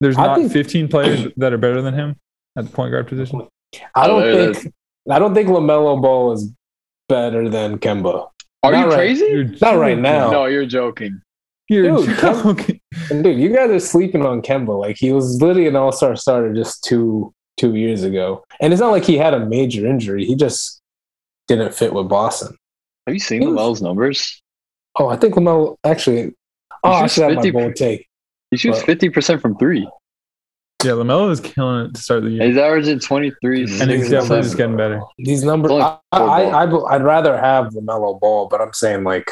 [SPEAKER 2] there's
[SPEAKER 1] I
[SPEAKER 2] not
[SPEAKER 1] think-
[SPEAKER 2] 15 players that are better than him at the point guard position?
[SPEAKER 1] I
[SPEAKER 3] Oh,
[SPEAKER 1] don't
[SPEAKER 3] there it
[SPEAKER 1] think I don't think Lamelo Ball is better than Kemba.
[SPEAKER 3] Are
[SPEAKER 1] Not
[SPEAKER 3] you
[SPEAKER 1] right.
[SPEAKER 3] crazy?
[SPEAKER 2] You're
[SPEAKER 1] Not right
[SPEAKER 2] joking.
[SPEAKER 1] now.
[SPEAKER 3] No, you're joking.
[SPEAKER 2] You're
[SPEAKER 1] Dude, Kemba-
[SPEAKER 2] joking.
[SPEAKER 1] And dude, you guys are sleeping on Kemba. Like he was literally an All Star starter just two two years ago, and it's not like he had a major injury. He just didn't fit with Boston.
[SPEAKER 3] Have you seen
[SPEAKER 1] He was-
[SPEAKER 3] Lamelo's numbers?
[SPEAKER 1] Oh, I think Lamelo actually. Oh, I
[SPEAKER 3] He's
[SPEAKER 1] should have my
[SPEAKER 3] 50
[SPEAKER 1] bold take.
[SPEAKER 3] He shoots
[SPEAKER 1] Well-
[SPEAKER 3] fifty percent from three.
[SPEAKER 2] Yeah, Lamelo is killing it to start the year,
[SPEAKER 3] And he's averaging twenty three.
[SPEAKER 1] And
[SPEAKER 2] and he's
[SPEAKER 1] he's
[SPEAKER 2] definitely
[SPEAKER 1] seven.
[SPEAKER 2] just getting better.
[SPEAKER 1] These numbers,
[SPEAKER 3] It's only
[SPEAKER 1] I, I,
[SPEAKER 3] four
[SPEAKER 1] I, I, would rather have Lamelo Ball, but I'm saying like,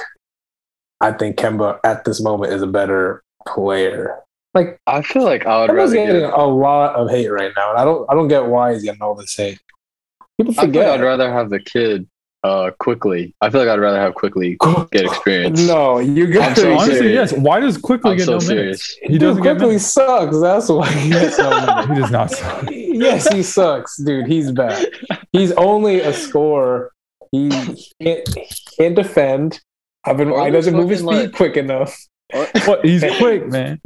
[SPEAKER 1] I think Kemba at this moment is a better player. Like
[SPEAKER 3] I feel like I would
[SPEAKER 1] Kemba's
[SPEAKER 3] rather.
[SPEAKER 1] getting
[SPEAKER 3] Get,
[SPEAKER 1] a lot of hate right now, and I don't I don't get why he's getting all this hate. People
[SPEAKER 3] I feel like I'd
[SPEAKER 1] forget.
[SPEAKER 3] rather have the kid uh, quickly. I feel like I'd rather have quickly get experience.
[SPEAKER 1] no, you
[SPEAKER 3] I'm
[SPEAKER 1] got
[SPEAKER 3] so
[SPEAKER 1] to.
[SPEAKER 2] Honestly,
[SPEAKER 3] serious.
[SPEAKER 2] yes. Why does quickly
[SPEAKER 3] I'm
[SPEAKER 2] get
[SPEAKER 3] so
[SPEAKER 2] no
[SPEAKER 3] serious.
[SPEAKER 2] minutes? He doesn't get
[SPEAKER 1] quickly
[SPEAKER 2] minutes.
[SPEAKER 1] sucks. That's why he gets no minutes.
[SPEAKER 2] He does not. suck.
[SPEAKER 1] yes, he sucks, dude. He's bad. He's only a scorer. He can't, he can't defend. I've been.
[SPEAKER 3] Or
[SPEAKER 1] He doesn't move his feet
[SPEAKER 3] fucking, like-
[SPEAKER 1] quick enough.
[SPEAKER 3] Or,
[SPEAKER 2] What? He's quick, man.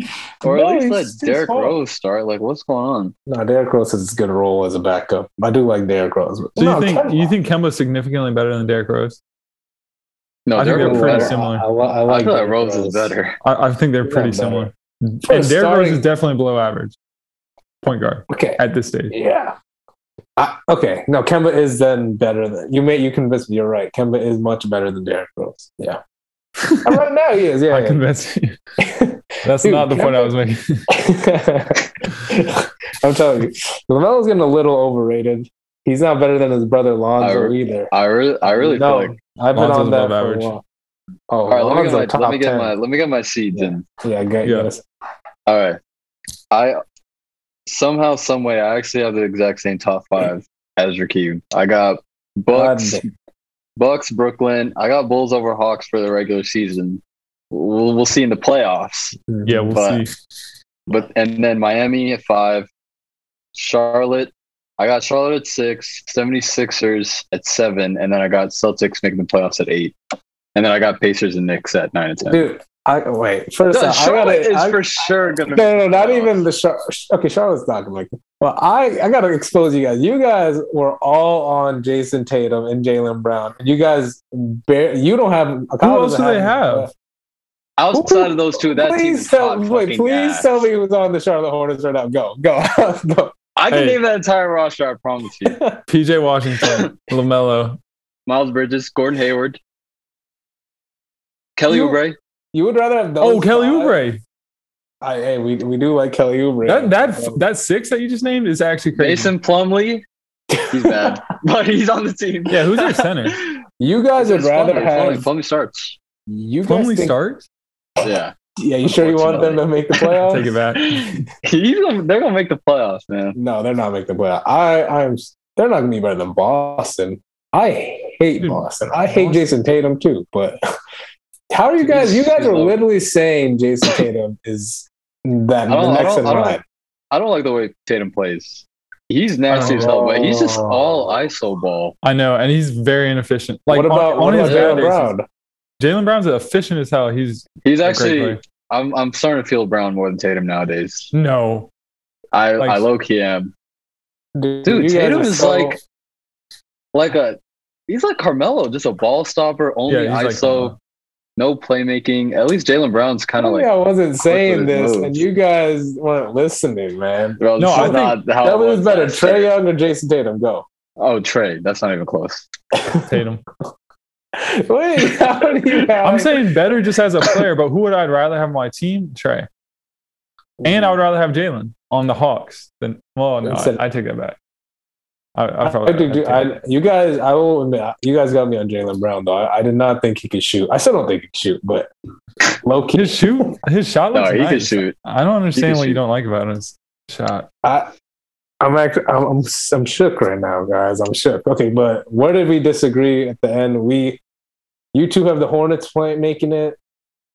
[SPEAKER 3] or
[SPEAKER 1] No,
[SPEAKER 3] at least
[SPEAKER 1] he's-
[SPEAKER 3] let
[SPEAKER 1] he's
[SPEAKER 3] Derrick
[SPEAKER 1] hard.
[SPEAKER 3] Rose start. Like, what's going on?
[SPEAKER 1] No, Derrick Rose has a good role as a backup. I do like Derrick Rose.
[SPEAKER 2] Do
[SPEAKER 1] no,
[SPEAKER 2] you think
[SPEAKER 1] Kemba.
[SPEAKER 2] you think Kemba's significantly better than Derrick Rose?
[SPEAKER 3] No,
[SPEAKER 2] I think
[SPEAKER 3] Derrick
[SPEAKER 2] they're
[SPEAKER 3] Rose is
[SPEAKER 2] pretty
[SPEAKER 3] better.
[SPEAKER 2] similar.
[SPEAKER 1] I, I, li- I
[SPEAKER 3] I
[SPEAKER 1] like
[SPEAKER 3] feel like
[SPEAKER 1] Derrick
[SPEAKER 3] Rose is better.
[SPEAKER 2] I, I think they're
[SPEAKER 1] Yeah,
[SPEAKER 2] pretty
[SPEAKER 1] better.
[SPEAKER 2] similar. And
[SPEAKER 1] For a
[SPEAKER 2] Derrick Rose
[SPEAKER 1] starting-
[SPEAKER 2] is definitely below average point guard
[SPEAKER 1] Okay.
[SPEAKER 2] at this stage.
[SPEAKER 1] Yeah. I, okay. No, Kemba is then better than you. May you convince me. You're right. Kemba is much better than Derrick Rose. Yeah. right now he is. Yeah.
[SPEAKER 2] I
[SPEAKER 1] yeah.
[SPEAKER 2] convince you. That's
[SPEAKER 1] Dude,
[SPEAKER 2] not the point I was making.
[SPEAKER 1] I'm telling you, Lamelo's getting a little overrated. He's not better than his brother Lonzo
[SPEAKER 3] I-
[SPEAKER 1] either.
[SPEAKER 3] I really, I really
[SPEAKER 1] no,
[SPEAKER 3] feel like.
[SPEAKER 1] I've been
[SPEAKER 2] Lonzo's
[SPEAKER 1] on that
[SPEAKER 2] above
[SPEAKER 1] for
[SPEAKER 2] average.
[SPEAKER 1] a while. Oh,
[SPEAKER 3] All right, let me,
[SPEAKER 1] Lonzo
[SPEAKER 3] get my,
[SPEAKER 1] top
[SPEAKER 3] let me get
[SPEAKER 1] ten.
[SPEAKER 3] my let me get my seeds in.
[SPEAKER 1] yeah, get,
[SPEAKER 2] Yeah.
[SPEAKER 1] yes.
[SPEAKER 3] All right, I somehow, some way, I actually have the exact same top five as Rakeem. I got Bucks,
[SPEAKER 1] God
[SPEAKER 3] Bucks, Brooklyn. I got Bulls over Hawks for the regular season. We'll, we'll see in the playoffs.
[SPEAKER 1] damn.
[SPEAKER 2] Yeah, we'll
[SPEAKER 3] But-
[SPEAKER 2] see.
[SPEAKER 3] But and then Miami at five, Charlotte. I got Charlotte at six, 76ers at seven, and then I got Celtics making the playoffs at eight. And then I got Pacers and Knicks at nine and ten.
[SPEAKER 1] dude. I wait. First,
[SPEAKER 3] No,
[SPEAKER 1] off, I
[SPEAKER 3] Charlotte
[SPEAKER 1] gotta.
[SPEAKER 3] is
[SPEAKER 1] I,
[SPEAKER 3] for sure gonna.
[SPEAKER 1] no, no, no, not even the. Char- okay, Charlotte's not gonna make it. Well, I, I gotta expose you guys. You guys were all on Jason Tatum and Jalen Brown. You guys, bar- you don't have. Who
[SPEAKER 2] else do they have?
[SPEAKER 3] outside of those two. That team
[SPEAKER 1] please
[SPEAKER 3] is
[SPEAKER 1] tell,
[SPEAKER 3] hot
[SPEAKER 1] wait,
[SPEAKER 3] fucking
[SPEAKER 1] please
[SPEAKER 3] ass.
[SPEAKER 1] tell me who's on the Charlotte Hornets right now. Go, go, go.
[SPEAKER 3] I can
[SPEAKER 2] Hey.
[SPEAKER 3] name that entire roster. I promise you.
[SPEAKER 2] PJ Washington, Lamelo.
[SPEAKER 3] Miles Bridges, Gordon Hayward, Kelly
[SPEAKER 1] You-
[SPEAKER 3] Oubre.
[SPEAKER 1] You would rather have those.
[SPEAKER 2] Oh, Kelly
[SPEAKER 1] five-
[SPEAKER 2] Oubre.
[SPEAKER 1] I, hey, we, we do like Kelly Oubre. Um,
[SPEAKER 2] That that that six that you just named is actually crazy.
[SPEAKER 3] Mason Plumley, He's bad, but he's on the team.
[SPEAKER 2] Yeah, who's their center?
[SPEAKER 1] You guys would
[SPEAKER 3] It's
[SPEAKER 1] rather
[SPEAKER 3] Plumlee,
[SPEAKER 1] have
[SPEAKER 3] Plumlee, Plumlee starts.
[SPEAKER 1] you guys
[SPEAKER 2] Plumlee
[SPEAKER 1] think-
[SPEAKER 2] starts.
[SPEAKER 3] Yeah,
[SPEAKER 1] Yeah, you sure you want them to make the playoffs?
[SPEAKER 2] Take it back.
[SPEAKER 3] He's gonna- they're gonna make the playoffs, man.
[SPEAKER 1] No, they're not making the playoffs. I, I'm. They're not gonna be better than Boston. I hate
[SPEAKER 2] Dude,
[SPEAKER 1] Boston. I hate
[SPEAKER 2] Boston-
[SPEAKER 1] Jason Tatum too. But how are you guys? You guys
[SPEAKER 3] He's
[SPEAKER 1] are
[SPEAKER 3] low.
[SPEAKER 1] literally saying Jason Tatum is that
[SPEAKER 3] I don't-
[SPEAKER 1] the
[SPEAKER 3] I
[SPEAKER 1] next
[SPEAKER 3] don't-
[SPEAKER 1] in
[SPEAKER 3] I don't-
[SPEAKER 1] line.
[SPEAKER 3] I don't like the way Tatum plays. He's nasty as hell, but he's
[SPEAKER 2] Oh.
[SPEAKER 3] just all iso ball.
[SPEAKER 2] I know, and he's very inefficient. Like
[SPEAKER 1] what about
[SPEAKER 2] on, on
[SPEAKER 1] what
[SPEAKER 2] his
[SPEAKER 1] about Jalen
[SPEAKER 2] bad days,
[SPEAKER 1] Brown?
[SPEAKER 2] Jalen Brown's efficient as hell. He's
[SPEAKER 3] He's
[SPEAKER 2] a great
[SPEAKER 3] actually.
[SPEAKER 2] player.
[SPEAKER 3] I'm I'm starting to feel Brown more than Tatum nowadays.
[SPEAKER 2] no.
[SPEAKER 3] I
[SPEAKER 2] Like-
[SPEAKER 3] I low key am.
[SPEAKER 1] Dude,
[SPEAKER 3] Dude,
[SPEAKER 1] you guys
[SPEAKER 3] Tatum
[SPEAKER 1] are
[SPEAKER 3] is
[SPEAKER 1] so-
[SPEAKER 3] like like a he's like Carmelo, just a ball stopper, only
[SPEAKER 2] Yeah, he's like,
[SPEAKER 3] ISO,
[SPEAKER 2] uh,
[SPEAKER 3] no playmaking. At least Jalen Brown's kind
[SPEAKER 1] I
[SPEAKER 2] Oh,
[SPEAKER 3] of like
[SPEAKER 1] I wasn't saying
[SPEAKER 3] his
[SPEAKER 1] this,
[SPEAKER 3] moves.
[SPEAKER 1] and you guys weren't listening, man.
[SPEAKER 3] well,
[SPEAKER 2] No,
[SPEAKER 3] this
[SPEAKER 2] I
[SPEAKER 3] is not how
[SPEAKER 1] That
[SPEAKER 3] it
[SPEAKER 1] was better,
[SPEAKER 3] last
[SPEAKER 1] Trey
[SPEAKER 3] year.
[SPEAKER 1] Young or Jason Tatum? Go.
[SPEAKER 3] Oh, Trey, that's not even close.
[SPEAKER 2] Tatum.
[SPEAKER 1] Wait, how do you? Have,
[SPEAKER 2] I'm saying better just as a player, but who would I rather have on my team? Trey. And I would rather have Jalen on the Hawks than well, no,
[SPEAKER 1] Instead-
[SPEAKER 2] I, I take that back. I, I
[SPEAKER 1] I
[SPEAKER 2] probably
[SPEAKER 1] do, do, I, you guys, I will admit, you guys got me on Jalen Brown though. I, I did not think he could shoot. I still don't think he could shoot, but low key,
[SPEAKER 2] his shoot, his shot
[SPEAKER 3] No,
[SPEAKER 2] looks
[SPEAKER 3] he can
[SPEAKER 2] nice.
[SPEAKER 3] shoot.
[SPEAKER 2] I don't understand
[SPEAKER 3] can
[SPEAKER 2] what you
[SPEAKER 3] shoot.
[SPEAKER 2] don't like about his shot.
[SPEAKER 1] I, I'm actually, I'm, I'm, I'm shook right now, guys. I'm shook. Okay, but where did we disagree at the end? We, you two have the Hornets playing making it.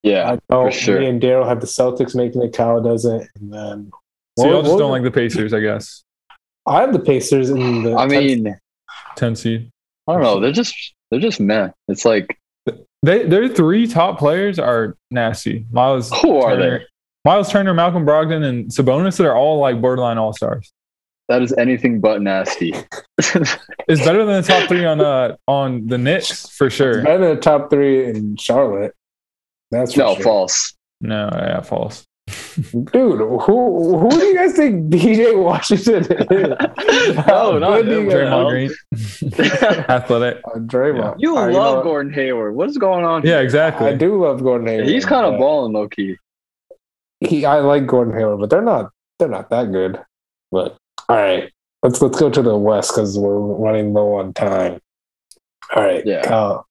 [SPEAKER 3] Yeah,
[SPEAKER 1] I don't.
[SPEAKER 3] sure.
[SPEAKER 1] Me and Daryl have the Celtics making it. Kyle doesn't, and then
[SPEAKER 2] So
[SPEAKER 1] What-
[SPEAKER 2] y'all just
[SPEAKER 1] what-
[SPEAKER 2] don't like the Pacers, I guess.
[SPEAKER 1] I have the Pacers in the.
[SPEAKER 3] I mean,
[SPEAKER 2] Ten seed.
[SPEAKER 3] I don't know. They're just they're just meh. It's like
[SPEAKER 2] They their three top players are nasty. Miles
[SPEAKER 3] who are
[SPEAKER 2] Turner,
[SPEAKER 3] they?
[SPEAKER 2] Miles Turner, Malcolm Brogdon, and Sabonis that are all like borderline all stars.
[SPEAKER 3] That is anything but nasty.
[SPEAKER 2] It's better than the top three on uh on the Knicks for sure.
[SPEAKER 1] better than the top three in Charlotte. That's for
[SPEAKER 3] no,
[SPEAKER 1] sure.
[SPEAKER 3] false.
[SPEAKER 2] No, yeah, false.
[SPEAKER 1] Dude, who who do you guys think DJ Washington is?
[SPEAKER 3] No, not
[SPEAKER 1] Good Oh, do
[SPEAKER 3] him,
[SPEAKER 1] you guys-
[SPEAKER 2] Draymond
[SPEAKER 3] well.
[SPEAKER 2] Green,
[SPEAKER 3] you
[SPEAKER 2] athletic.
[SPEAKER 1] Uh, Draymond. I,
[SPEAKER 3] love
[SPEAKER 1] you know,
[SPEAKER 3] Gordon Hayward. What is going on?
[SPEAKER 2] Yeah,
[SPEAKER 3] here?
[SPEAKER 2] exactly.
[SPEAKER 1] I do love Gordon Hayward.
[SPEAKER 3] He's kind of
[SPEAKER 1] but
[SPEAKER 3] balling low key.
[SPEAKER 1] He, I like Gordon Hayward, but they're not they're not that good. But all right, let's let's go to the West because we're running low on time. All right,
[SPEAKER 3] Yeah.
[SPEAKER 1] Kyle.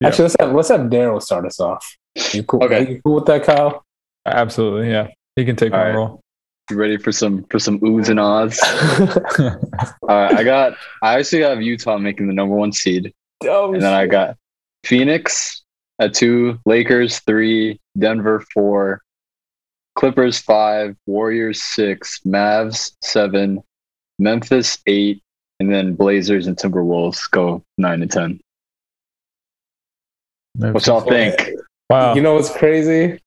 [SPEAKER 2] Yeah.
[SPEAKER 1] Actually, let's have let's have Daryl start us off. You cool?
[SPEAKER 3] Okay.
[SPEAKER 1] You cool with that, Kyle?
[SPEAKER 2] Absolutely, yeah. He can take
[SPEAKER 3] All
[SPEAKER 2] my
[SPEAKER 3] right.
[SPEAKER 2] role.
[SPEAKER 3] You ready for some for some oohs and ahs? All right, I got. I actually have Utah making the number one seed,
[SPEAKER 1] Oh,
[SPEAKER 3] and then I got Phoenix at two, Lakers three, Denver four, Clippers five, Warriors six, Mavs seven, Memphis eight, and then Blazers and Timberwolves go nine and ten. What y'all think?
[SPEAKER 2] Wow.
[SPEAKER 1] You know what's crazy?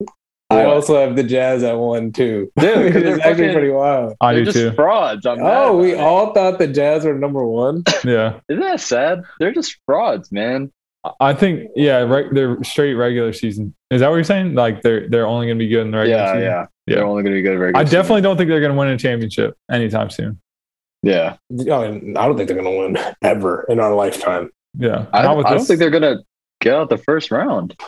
[SPEAKER 1] I
[SPEAKER 3] What?
[SPEAKER 1] also have the Jazz at one too.
[SPEAKER 3] Dude, 'cause
[SPEAKER 1] it's
[SPEAKER 3] they're
[SPEAKER 1] actually
[SPEAKER 3] fucking-
[SPEAKER 1] pretty wild.
[SPEAKER 2] I
[SPEAKER 3] They're
[SPEAKER 2] do
[SPEAKER 3] just
[SPEAKER 2] too.
[SPEAKER 3] frauds. I'm mad
[SPEAKER 1] Oh, we
[SPEAKER 3] about it.
[SPEAKER 1] all thought the Jazz were number one.
[SPEAKER 2] Yeah.
[SPEAKER 3] Isn't that sad? They're just frauds, man.
[SPEAKER 2] I think yeah, right they're straight regular season. Is that what you're saying? Like they're they're only gonna be good in the regular
[SPEAKER 3] Yeah,
[SPEAKER 2] season?
[SPEAKER 3] yeah. They're only gonna be good. Very
[SPEAKER 2] I definitely don't think they're gonna win a championship anytime soon.
[SPEAKER 3] Yeah.
[SPEAKER 1] Oh, and I don't think they're gonna win ever in our lifetime.
[SPEAKER 2] Yeah.
[SPEAKER 3] I,
[SPEAKER 2] Not with
[SPEAKER 3] I don't
[SPEAKER 2] this.
[SPEAKER 3] think they're gonna get out the first round.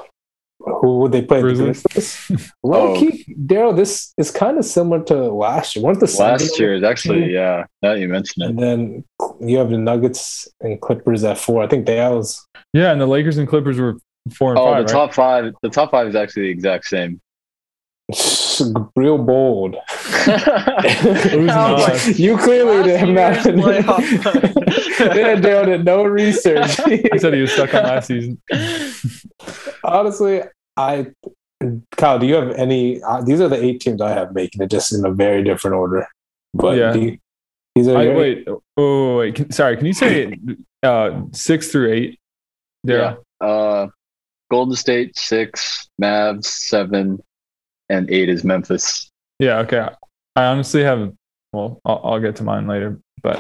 [SPEAKER 1] Who would they play? The
[SPEAKER 2] Grizzlies?
[SPEAKER 1] Grizzlies? Low
[SPEAKER 3] Oh.
[SPEAKER 1] key, Daryl, this is kind of similar to last year. Weren't the Suns
[SPEAKER 3] Last year's actually, yeah. Now that you mention it,
[SPEAKER 1] And then you have the Nuggets and Clippers at four. I think they was
[SPEAKER 2] Yeah, and the Lakers and Clippers were four and
[SPEAKER 3] oh,
[SPEAKER 2] five.
[SPEAKER 3] the
[SPEAKER 2] right?
[SPEAKER 3] top five. The top five is actually the exact same.
[SPEAKER 1] real bold.
[SPEAKER 3] I was
[SPEAKER 2] nuts.
[SPEAKER 3] like,
[SPEAKER 1] you clearly
[SPEAKER 3] Oh Last
[SPEAKER 1] have not.
[SPEAKER 3] year's playoff.
[SPEAKER 1] then Daryl did no research.
[SPEAKER 2] He said he was stuck on last season.
[SPEAKER 1] Honestly, I Kyle, do you have any? Uh, these are the eight teams I have making it just in a very different order. But
[SPEAKER 2] Yeah.
[SPEAKER 1] do you- these are
[SPEAKER 2] I,
[SPEAKER 1] your,
[SPEAKER 2] wait, oh wait, can, sorry. Can you say uh, six through eight?
[SPEAKER 3] yeah.
[SPEAKER 2] Daryl?
[SPEAKER 3] Uh, Golden State six, Mavs seven, and eight is Memphis.
[SPEAKER 2] Yeah. Okay. I honestly have. Well, I'll, I'll get to mine later, but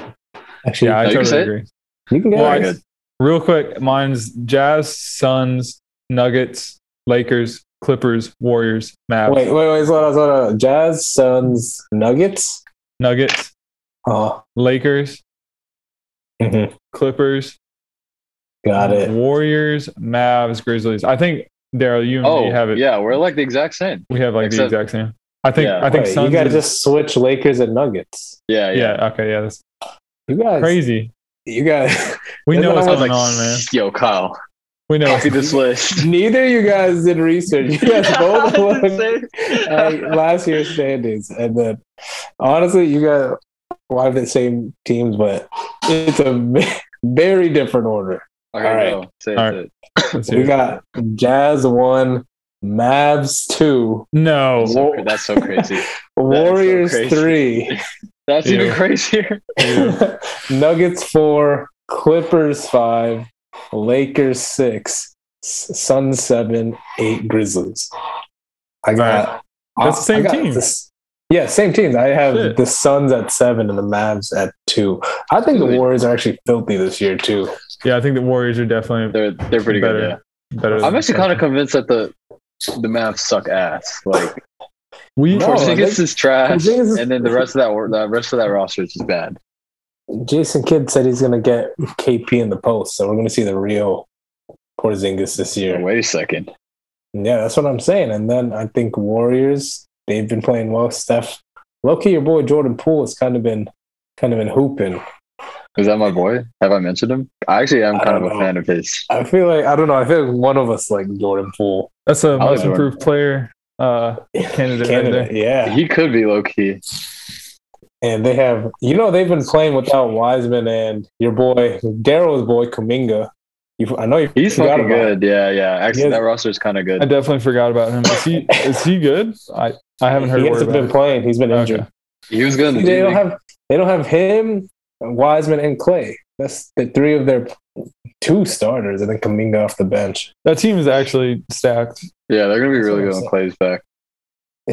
[SPEAKER 1] actually.
[SPEAKER 2] yeah, I
[SPEAKER 3] No, you can
[SPEAKER 2] totally
[SPEAKER 3] say it.
[SPEAKER 2] agree.
[SPEAKER 1] you can get
[SPEAKER 2] Well,
[SPEAKER 1] it.
[SPEAKER 2] I-
[SPEAKER 3] Good.
[SPEAKER 2] real quick, mine's Jazz, Suns, Nuggets, Lakers, Clippers, Warriors, Mavs,
[SPEAKER 1] Wait, wait, wait. Slow down, slow down. Jazz, Suns, Nuggets.
[SPEAKER 2] Nuggets,
[SPEAKER 1] Oh,
[SPEAKER 2] Lakers,
[SPEAKER 1] mhm.
[SPEAKER 2] Clippers,
[SPEAKER 1] got it.
[SPEAKER 2] Warriors, Mavs, Grizzlies. I think Daryl, Mm, you and
[SPEAKER 3] Oh,
[SPEAKER 2] me have it.
[SPEAKER 3] yeah, we're like the exact same.
[SPEAKER 2] We have like
[SPEAKER 3] Except-
[SPEAKER 2] the exact same. I think.
[SPEAKER 3] Yeah.
[SPEAKER 2] I think
[SPEAKER 1] Wait,
[SPEAKER 2] Suns.
[SPEAKER 1] you gotta
[SPEAKER 2] is-
[SPEAKER 1] just switch Lakers and Nuggets.
[SPEAKER 3] Yeah, yeah.
[SPEAKER 2] yeah. Okay. Yeah. That's
[SPEAKER 1] You guys,
[SPEAKER 2] crazy.
[SPEAKER 1] you guys,
[SPEAKER 2] We
[SPEAKER 1] That's
[SPEAKER 2] know
[SPEAKER 1] what
[SPEAKER 2] what's
[SPEAKER 1] I
[SPEAKER 2] going
[SPEAKER 1] was
[SPEAKER 2] on, man.
[SPEAKER 3] Yo, Kyle,
[SPEAKER 2] We know.
[SPEAKER 3] copy this list.
[SPEAKER 1] neither of you guys did research. You guys both looked at
[SPEAKER 3] Same.
[SPEAKER 1] last year's standings, and then honestly, you got a lot of the same teams, but it's a ve- very different order.
[SPEAKER 3] All
[SPEAKER 1] All right.
[SPEAKER 3] right, go. Say it,
[SPEAKER 2] All
[SPEAKER 3] say it.
[SPEAKER 2] Let's hear
[SPEAKER 1] We
[SPEAKER 2] it.
[SPEAKER 1] got Jazz one, Mavs two,
[SPEAKER 2] no.
[SPEAKER 3] That's so, cra- that's so crazy.
[SPEAKER 1] Warriors
[SPEAKER 3] crazy.
[SPEAKER 1] three,
[SPEAKER 3] That's
[SPEAKER 2] Ew.
[SPEAKER 3] even crazier.
[SPEAKER 1] Nuggets four, Clippers five, Lakers six, S- Suns seven, eight Grizzlies. I got
[SPEAKER 2] That's the
[SPEAKER 1] I- I
[SPEAKER 2] same
[SPEAKER 1] got
[SPEAKER 2] team.
[SPEAKER 1] this- yeah, same teams. I have
[SPEAKER 2] Shit.
[SPEAKER 1] the Suns at seven and the Mavs at two. I think the
[SPEAKER 3] Really?
[SPEAKER 1] Warriors are actually filthy this year too.
[SPEAKER 2] Yeah, I think the Warriors are definitely
[SPEAKER 3] They're they're pretty
[SPEAKER 2] better.
[SPEAKER 3] good. Yeah.
[SPEAKER 2] better than
[SPEAKER 3] I'm actually
[SPEAKER 2] the
[SPEAKER 3] kind of convinced that the the Mavs suck ass. Like
[SPEAKER 2] We
[SPEAKER 1] No, I think-
[SPEAKER 3] Porzingis is trash,
[SPEAKER 1] Porzingis is-
[SPEAKER 3] and then the rest of that wor- the rest of that roster is just bad.
[SPEAKER 1] Jason Kidd said he's going to get KP in the post, so we're going to see the real Porzingis this year.
[SPEAKER 3] Wait a second.
[SPEAKER 1] Yeah, that's what I'm saying. And then I think Warriors, they've been playing well. Steph, lucky your boy Jordan Poole has kind of been kind of been hooping.
[SPEAKER 3] Is that my boy? Have I mentioned him? I actually am
[SPEAKER 1] I
[SPEAKER 3] kind of
[SPEAKER 1] don't
[SPEAKER 3] a
[SPEAKER 1] know.
[SPEAKER 3] fan of his.
[SPEAKER 1] I feel like I don't know. I feel like one of us like Jordan Poole.
[SPEAKER 2] that's a
[SPEAKER 3] like
[SPEAKER 2] most
[SPEAKER 3] Jordan.
[SPEAKER 2] improved player uh, candidate. Right
[SPEAKER 1] Canada,
[SPEAKER 2] there.
[SPEAKER 1] yeah.
[SPEAKER 3] He could be low key.
[SPEAKER 1] And they have, you know, they've been playing without Wiseman and your boy Daryl's boy Kaminga. You, I know you
[SPEAKER 3] He's
[SPEAKER 1] forgot
[SPEAKER 3] fucking
[SPEAKER 1] about him.
[SPEAKER 3] good. Yeah, yeah. Actually,
[SPEAKER 1] Yes.
[SPEAKER 3] that roster is kind of
[SPEAKER 2] I
[SPEAKER 3] good.
[SPEAKER 2] definitely forgot about him. Is he is he good? I I haven't heard
[SPEAKER 1] He
[SPEAKER 2] a word
[SPEAKER 1] hasn't
[SPEAKER 2] about.
[SPEAKER 1] been
[SPEAKER 2] him.
[SPEAKER 1] playing. He's been
[SPEAKER 2] Okay.
[SPEAKER 1] injured.
[SPEAKER 3] He was good. In the
[SPEAKER 1] they
[SPEAKER 3] G
[SPEAKER 1] don't
[SPEAKER 3] League.
[SPEAKER 1] have they don't have him, Wiseman, and Clay. That's the three of their two starters, and then Kaminga off the bench.
[SPEAKER 2] That team is actually stacked.
[SPEAKER 3] yeah, they're gonna be
[SPEAKER 1] That's
[SPEAKER 3] really
[SPEAKER 1] what
[SPEAKER 3] good
[SPEAKER 1] I'm
[SPEAKER 3] when Clay's back.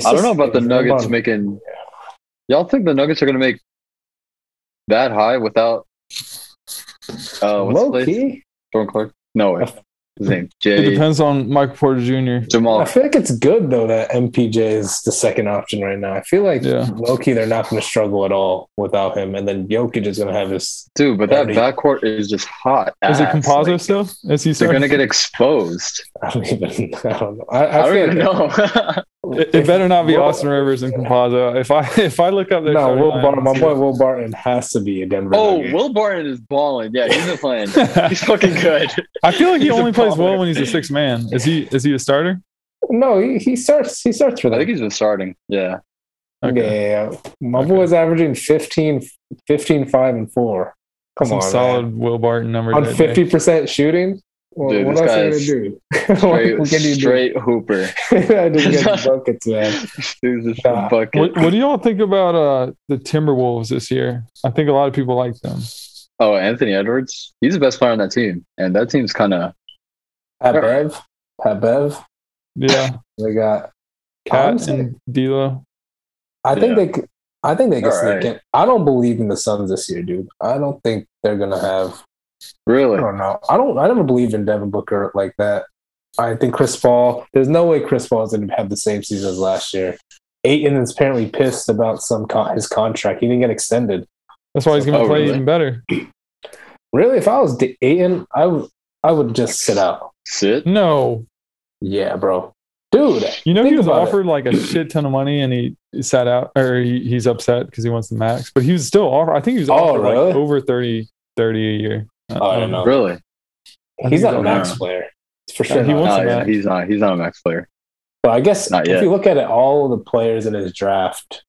[SPEAKER 3] I don't know about the Nuggets making. Y'all think the Nuggets are gonna make that high without? Uh, what's
[SPEAKER 1] Low
[SPEAKER 3] his face?
[SPEAKER 1] key,
[SPEAKER 3] Jordan Clark? No way. His name
[SPEAKER 2] It
[SPEAKER 3] Jay
[SPEAKER 2] depends on Michael Porter Jr.
[SPEAKER 1] I
[SPEAKER 3] Jamal.
[SPEAKER 1] feel like it's good though that MPJ is the second option right now. I feel like
[SPEAKER 2] Yeah.
[SPEAKER 1] low key they're not going to struggle at all without him, and then Jokic is going to have his.
[SPEAKER 3] Dude, but that
[SPEAKER 1] Thirty.
[SPEAKER 3] backcourt is just hot.
[SPEAKER 2] Is it
[SPEAKER 3] ass.
[SPEAKER 2] Composo
[SPEAKER 3] Like,
[SPEAKER 2] still? Is he
[SPEAKER 3] they're
[SPEAKER 2] starting?
[SPEAKER 3] gonna get exposed.
[SPEAKER 1] I don't even. I don't know. I,
[SPEAKER 3] I,
[SPEAKER 1] I,
[SPEAKER 3] don't
[SPEAKER 1] feel
[SPEAKER 3] even
[SPEAKER 1] like-
[SPEAKER 3] know.
[SPEAKER 2] It, it better not be
[SPEAKER 1] Will-
[SPEAKER 2] Austin Rivers and Composo. If I if I look up their
[SPEAKER 1] No,
[SPEAKER 2] starting
[SPEAKER 1] Will
[SPEAKER 2] lineup,
[SPEAKER 1] Barton. My boy Will Barton has to be a Denver.
[SPEAKER 3] oh,
[SPEAKER 1] Nugget.
[SPEAKER 3] Will Barton is balling. Yeah, he's been playing. He's fucking good.
[SPEAKER 2] I feel like he
[SPEAKER 3] He's a
[SPEAKER 2] only plays well
[SPEAKER 3] baller.
[SPEAKER 2] when he's a six man. Is he is he a starter?
[SPEAKER 1] no, he, he starts. He starts for
[SPEAKER 3] I
[SPEAKER 1] them.
[SPEAKER 3] think he's been starting. Yeah.
[SPEAKER 2] Okay.
[SPEAKER 1] Yeah, my
[SPEAKER 2] Okay.
[SPEAKER 1] boy's averaging 15, 15, 5, and 4. Come
[SPEAKER 2] Some
[SPEAKER 1] on,
[SPEAKER 2] solid
[SPEAKER 1] man.
[SPEAKER 2] Will Barton number.
[SPEAKER 1] on
[SPEAKER 2] that day.
[SPEAKER 1] 50% shooting. Well,
[SPEAKER 3] Dude,
[SPEAKER 1] what
[SPEAKER 3] this
[SPEAKER 1] else are
[SPEAKER 3] guy
[SPEAKER 1] you gonna
[SPEAKER 3] is
[SPEAKER 1] do?
[SPEAKER 3] Straight,
[SPEAKER 1] what can you
[SPEAKER 3] straight hooper.
[SPEAKER 1] do? I didn't get buckets, man.
[SPEAKER 3] Dude's just
[SPEAKER 1] Nah.
[SPEAKER 3] a bucket.
[SPEAKER 2] What, what do y'all think about uh, the Timberwolves this year? I think a lot of people like them.
[SPEAKER 3] Oh, Anthony Edwards. He's the best player on that team. And that team's kind of.
[SPEAKER 1] Pat Bev, Pat Bev.
[SPEAKER 2] Yeah,
[SPEAKER 1] They got.
[SPEAKER 2] Cat
[SPEAKER 1] honestly,
[SPEAKER 2] and D'Lo.
[SPEAKER 1] I think
[SPEAKER 3] Yeah.
[SPEAKER 1] they. could- I think they can
[SPEAKER 3] All
[SPEAKER 1] sneak
[SPEAKER 3] right.
[SPEAKER 1] in. I don't believe in the Suns this year, dude. I don't think they're gonna have. I
[SPEAKER 3] Really?
[SPEAKER 2] Oh.
[SPEAKER 1] don't know. I don't. I never believed in Devin Booker like that. I think Chris Paul. There's no way Chris Paul's going to have the same season as last year. Aiton is apparently pissed about some con- his contract. He didn't get extended.
[SPEAKER 2] That's why he's going to
[SPEAKER 3] Oh,
[SPEAKER 2] play
[SPEAKER 3] really?
[SPEAKER 2] even better.
[SPEAKER 1] Really, if I was D- Aiton, I would I would just sit out.
[SPEAKER 3] Sit?
[SPEAKER 2] No,
[SPEAKER 1] Yeah, bro, dude.
[SPEAKER 2] you know
[SPEAKER 1] Think
[SPEAKER 2] he was
[SPEAKER 1] about it.
[SPEAKER 2] offered like a shit ton of money and he he sat out, or he, he's upset because he wants the max. But he was still offered. I think he was
[SPEAKER 1] Oh,
[SPEAKER 2] offered
[SPEAKER 1] really?
[SPEAKER 2] like over 30, 30 a year.
[SPEAKER 1] Oh, I don't know.
[SPEAKER 3] Really?
[SPEAKER 2] I
[SPEAKER 1] He's
[SPEAKER 2] think
[SPEAKER 1] not a
[SPEAKER 2] he's
[SPEAKER 1] max
[SPEAKER 3] on-
[SPEAKER 1] player. It's for sure.
[SPEAKER 2] he
[SPEAKER 1] not.
[SPEAKER 2] wants-
[SPEAKER 3] No,
[SPEAKER 2] a
[SPEAKER 3] yeah,
[SPEAKER 2] max.
[SPEAKER 3] he's not. He's not a max player.
[SPEAKER 1] but I guess
[SPEAKER 3] Not
[SPEAKER 1] if
[SPEAKER 3] yet.
[SPEAKER 1] you look at it, all the players in his draft,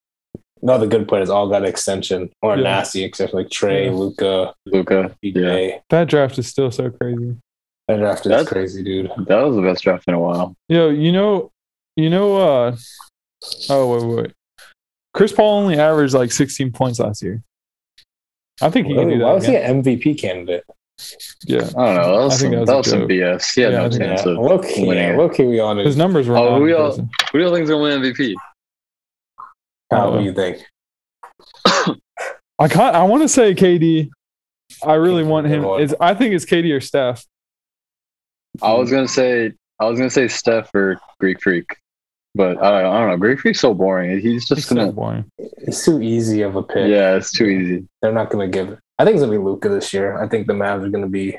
[SPEAKER 1] no, the good players all got extension or
[SPEAKER 2] Yeah.
[SPEAKER 1] nasty, except like Trey,
[SPEAKER 2] Yeah.
[SPEAKER 1] Luca,
[SPEAKER 3] Luca. Yeah.
[SPEAKER 1] PJ.
[SPEAKER 2] That draft is still so crazy.
[SPEAKER 1] That draft is
[SPEAKER 3] That's-
[SPEAKER 1] crazy, dude.
[SPEAKER 3] That was the best draft in a while.
[SPEAKER 2] Yo, you know, you know. uh Oh wait, wait, wait. Chris Paul only averaged like sixteen points last year. I think he can
[SPEAKER 1] Really?
[SPEAKER 2] do
[SPEAKER 1] Why
[SPEAKER 2] that.
[SPEAKER 1] was he
[SPEAKER 2] Again.
[SPEAKER 1] an MVP candidate?
[SPEAKER 2] Yeah,
[SPEAKER 3] I don't know. That
[SPEAKER 2] I think
[SPEAKER 3] was, some,
[SPEAKER 2] that
[SPEAKER 3] that
[SPEAKER 2] was
[SPEAKER 3] was,
[SPEAKER 2] a
[SPEAKER 3] some
[SPEAKER 2] joke.
[SPEAKER 3] BS. He had
[SPEAKER 2] Yeah, I
[SPEAKER 3] no
[SPEAKER 2] think-
[SPEAKER 3] chance
[SPEAKER 1] Yeah,
[SPEAKER 3] of
[SPEAKER 1] low key,
[SPEAKER 3] winning it.
[SPEAKER 1] low key, we on
[SPEAKER 2] his
[SPEAKER 1] it.
[SPEAKER 2] numbers were.
[SPEAKER 3] Oh,
[SPEAKER 2] not
[SPEAKER 3] we all-
[SPEAKER 2] impressive.
[SPEAKER 3] Who do you think's gonna win MVP?
[SPEAKER 1] Kyle, what do you think?
[SPEAKER 2] I can't. I want to say KD. I really want him. It's, I think it's KD or Steph.
[SPEAKER 3] I was gonna say I was gonna say Steph or Greek Freak, but I, I don't know. Greek Freak's so boring. He's just
[SPEAKER 2] It's so
[SPEAKER 3] gonna
[SPEAKER 2] boring.
[SPEAKER 1] It's too easy of a pick.
[SPEAKER 3] yeah, it's too easy.
[SPEAKER 1] They're not going to give it. I think it's going to be Luca this year. I think the Mavs are going to be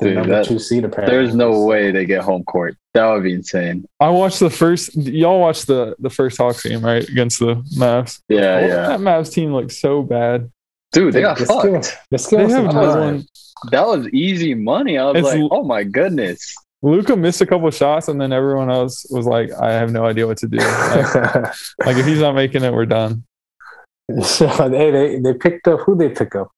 [SPEAKER 1] the
[SPEAKER 3] Dude,
[SPEAKER 1] number
[SPEAKER 3] that-
[SPEAKER 1] two seed. Apparently,
[SPEAKER 3] There's no way they get home court. That would be insane.
[SPEAKER 2] I watched the first. Y'all watched the the first Hawks game right against the Mavs.
[SPEAKER 3] Yeah,
[SPEAKER 2] Oh,
[SPEAKER 3] yeah.
[SPEAKER 2] That Mavs team looked so bad.
[SPEAKER 3] Dude, they got
[SPEAKER 1] Just give
[SPEAKER 3] fucked.
[SPEAKER 1] us- Just give
[SPEAKER 2] They
[SPEAKER 1] us some
[SPEAKER 2] have
[SPEAKER 1] time.
[SPEAKER 2] time.
[SPEAKER 3] That was easy money. I was
[SPEAKER 2] It's
[SPEAKER 3] like,
[SPEAKER 2] l-
[SPEAKER 3] oh my goodness.
[SPEAKER 2] Luca missed a couple shots, and then everyone else was like, "I have no idea what to do. Like, like, if he's not making it, we're done."
[SPEAKER 1] so, hey, they, they picked up who they pick up?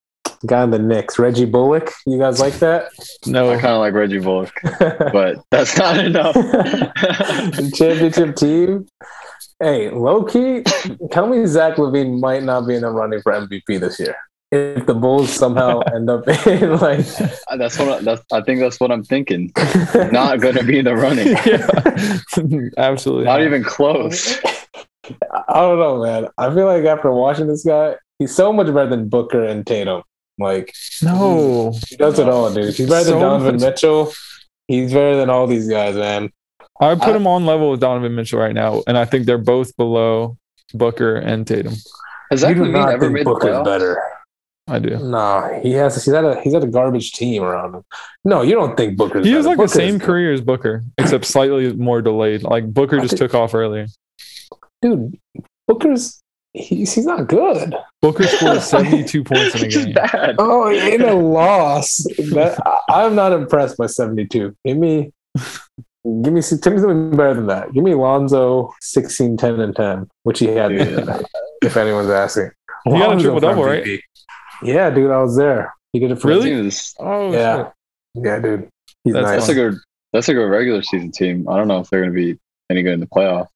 [SPEAKER 1] The guy in the Knicks, Reggie Bullock. You guys like that?
[SPEAKER 3] I
[SPEAKER 2] No,
[SPEAKER 3] kind of like Reggie Bullock, but that's not enough.
[SPEAKER 1] Championship team. Hey, low key, tell me Zach Levine might not be in the running for MVP this year. If the Bulls somehow end up in like
[SPEAKER 3] that's what I, that's, I think that's what I'm thinking. Not going to be in the running.
[SPEAKER 2] yeah, absolutely.
[SPEAKER 3] Not even close.
[SPEAKER 1] I don't know, man. I feel like after watching this guy, he's so much better than Booker and Tatum. Like
[SPEAKER 2] No,
[SPEAKER 1] he does it all, dude. He's better
[SPEAKER 2] So
[SPEAKER 1] than Donovan
[SPEAKER 2] much-
[SPEAKER 1] Mitchell. He's better than all these guys, man.
[SPEAKER 2] I would put
[SPEAKER 3] I-
[SPEAKER 2] him on level with Donovan Mitchell right now, and I think they're both below Booker and Tatum.
[SPEAKER 3] Has Zach
[SPEAKER 1] you do
[SPEAKER 3] Levine
[SPEAKER 1] not
[SPEAKER 3] ever
[SPEAKER 1] think
[SPEAKER 3] made the
[SPEAKER 1] Booker's
[SPEAKER 3] playoffs?
[SPEAKER 1] better.
[SPEAKER 2] I do.
[SPEAKER 1] Nah, he has. He's had a he's had a garbage team around him. No, you don't think Booker's.
[SPEAKER 2] He was
[SPEAKER 1] better.
[SPEAKER 2] like the
[SPEAKER 1] Booker's-
[SPEAKER 2] same career as Booker, except slightly more delayed. Like Booker
[SPEAKER 1] I
[SPEAKER 2] just
[SPEAKER 1] think-
[SPEAKER 2] took off earlier.
[SPEAKER 1] dude. Booker's he's he's not good.
[SPEAKER 2] Booker scored 72 points in a
[SPEAKER 3] It's just
[SPEAKER 2] game.
[SPEAKER 3] bad.
[SPEAKER 1] Oh, in a loss, that, I, I'm not impressed by 72. Give me, give me, some- tell me something better than that. Give me Lonzo 16, 10, and 10, which he had. the other night, If anyone's asking,
[SPEAKER 2] He got a
[SPEAKER 1] Lonzo for
[SPEAKER 2] triple-double,
[SPEAKER 1] MVP. Yeah, dude, I was there. He did it for
[SPEAKER 2] Really?
[SPEAKER 3] That team is-
[SPEAKER 2] Oh,
[SPEAKER 1] Yeah,
[SPEAKER 2] shit.
[SPEAKER 1] yeah, dude. He's
[SPEAKER 2] That's
[SPEAKER 1] nice.
[SPEAKER 3] That's a good. That's a good regular season team. I don't know if they're going to be any good in the playoffs.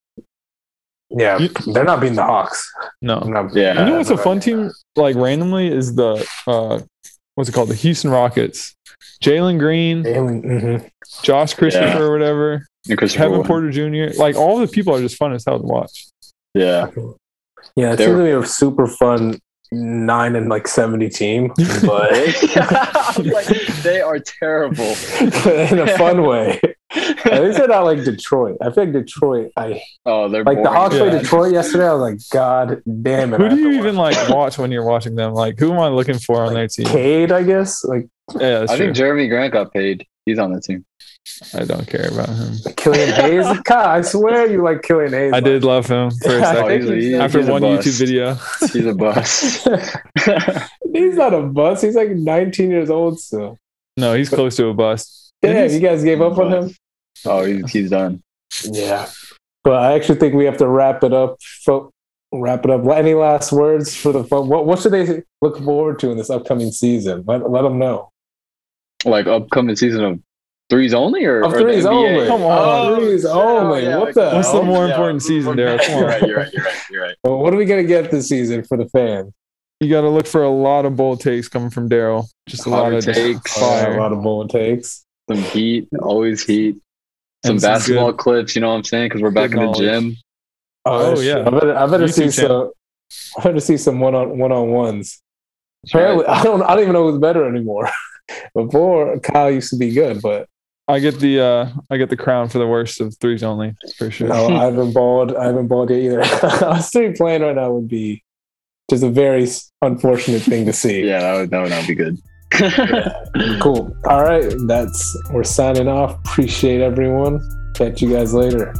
[SPEAKER 1] yeah, they're not beating the Hawks.
[SPEAKER 2] No.
[SPEAKER 1] I'm not-
[SPEAKER 3] Yeah.
[SPEAKER 2] You know what's a fun team, like randomly, is the, uh, what's it called? The Houston Rockets. Jalen Green,
[SPEAKER 1] Jalen, mhm.
[SPEAKER 2] Josh Christopher,
[SPEAKER 3] Yeah.
[SPEAKER 2] or whatever,
[SPEAKER 3] And Christopher
[SPEAKER 2] Kevin
[SPEAKER 3] Wood.
[SPEAKER 2] Porter Jr. Like all the people are just fun as hell to watch.
[SPEAKER 3] Yeah,
[SPEAKER 1] Yeah, it
[SPEAKER 3] They
[SPEAKER 1] seems
[SPEAKER 3] were-
[SPEAKER 1] to be a super fun nine and like 70 team, but
[SPEAKER 3] I was like, they are terrible.
[SPEAKER 1] in a fun way. At least they're not like Detroit. I feel like Detroit. I
[SPEAKER 3] Oh, they're
[SPEAKER 1] like the
[SPEAKER 3] boring.
[SPEAKER 1] Hawks played
[SPEAKER 2] Yeah.
[SPEAKER 1] Detroit yesterday. I was like, God damn it! I
[SPEAKER 2] Who
[SPEAKER 1] have
[SPEAKER 2] do you
[SPEAKER 1] to
[SPEAKER 2] even
[SPEAKER 1] watch."
[SPEAKER 2] like watch when you're watching them? Like, who am I looking for on their team? Yeah,
[SPEAKER 1] Cade, I guess. Like
[SPEAKER 2] that's
[SPEAKER 3] I
[SPEAKER 2] true.
[SPEAKER 3] think Jeremy Grant got paid. He's on the team.
[SPEAKER 2] I don't care about him.
[SPEAKER 1] Killian Hayes. God, I swear you like Killian Hayes.
[SPEAKER 2] I did love him for a
[SPEAKER 1] I
[SPEAKER 3] Oh,
[SPEAKER 2] second
[SPEAKER 1] think
[SPEAKER 3] he's, a-
[SPEAKER 1] he's-
[SPEAKER 3] he's-
[SPEAKER 2] after
[SPEAKER 3] he's a
[SPEAKER 2] one
[SPEAKER 3] bust.
[SPEAKER 2] YouTube video.
[SPEAKER 3] He's a bust.
[SPEAKER 1] He's not a bust. He's like 19 years old still.
[SPEAKER 2] No, he's close to a bust.
[SPEAKER 1] Yeah,
[SPEAKER 2] Didn't
[SPEAKER 1] you guys gave up on him.
[SPEAKER 3] oh, he's, he's done.
[SPEAKER 1] Yeah, but I actually think we have to wrap it up. Fo- wrap it up. Any last words for the fun? What, what should they look forward to in this upcoming season? Let, let them know.
[SPEAKER 3] Like upcoming season of threes only or,
[SPEAKER 1] Of
[SPEAKER 3] or the
[SPEAKER 1] threes
[SPEAKER 3] NBA?
[SPEAKER 1] only.
[SPEAKER 2] Come on.
[SPEAKER 3] Oh,
[SPEAKER 1] Of threes only. What the
[SPEAKER 2] What's the
[SPEAKER 1] hell?
[SPEAKER 2] more important season, Derek? Come
[SPEAKER 3] You're
[SPEAKER 2] on.
[SPEAKER 3] right. You're right. You're right. You're right.
[SPEAKER 1] Well, what are we gonna get this season for the fans?
[SPEAKER 2] You got to look for a lot of bold takes coming from Daryl. Just a lot
[SPEAKER 3] Hotter
[SPEAKER 2] of just
[SPEAKER 3] takes.
[SPEAKER 1] Fire. A
[SPEAKER 2] fire.
[SPEAKER 1] lot of bold takes.
[SPEAKER 3] Some heat. Always heat. Some
[SPEAKER 2] And some
[SPEAKER 3] basketball
[SPEAKER 2] good-
[SPEAKER 3] clips. You know what I'm saying? Because we're back
[SPEAKER 2] good
[SPEAKER 3] in the
[SPEAKER 2] knowledge.
[SPEAKER 3] gym.
[SPEAKER 2] Oh,
[SPEAKER 1] shit.
[SPEAKER 2] yeah.
[SPEAKER 1] I better, I better see
[SPEAKER 2] YouTube channel.
[SPEAKER 1] some. I better see some one on one on ones.
[SPEAKER 3] That's right.
[SPEAKER 1] Apparently, I don't. I don't even know who's better anymore. Before Kyle used to be good, but
[SPEAKER 2] I get the uh, I get the crown for the worst of threes only for sure.
[SPEAKER 1] no, I haven't balled. I haven't balled yet either. I was still playing right now would be just a very s- unfortunate thing to see.
[SPEAKER 3] Yeah, that would, that would not be good.
[SPEAKER 1] Cool. All right, that's we're signing off. Appreciate everyone. Catch you guys later.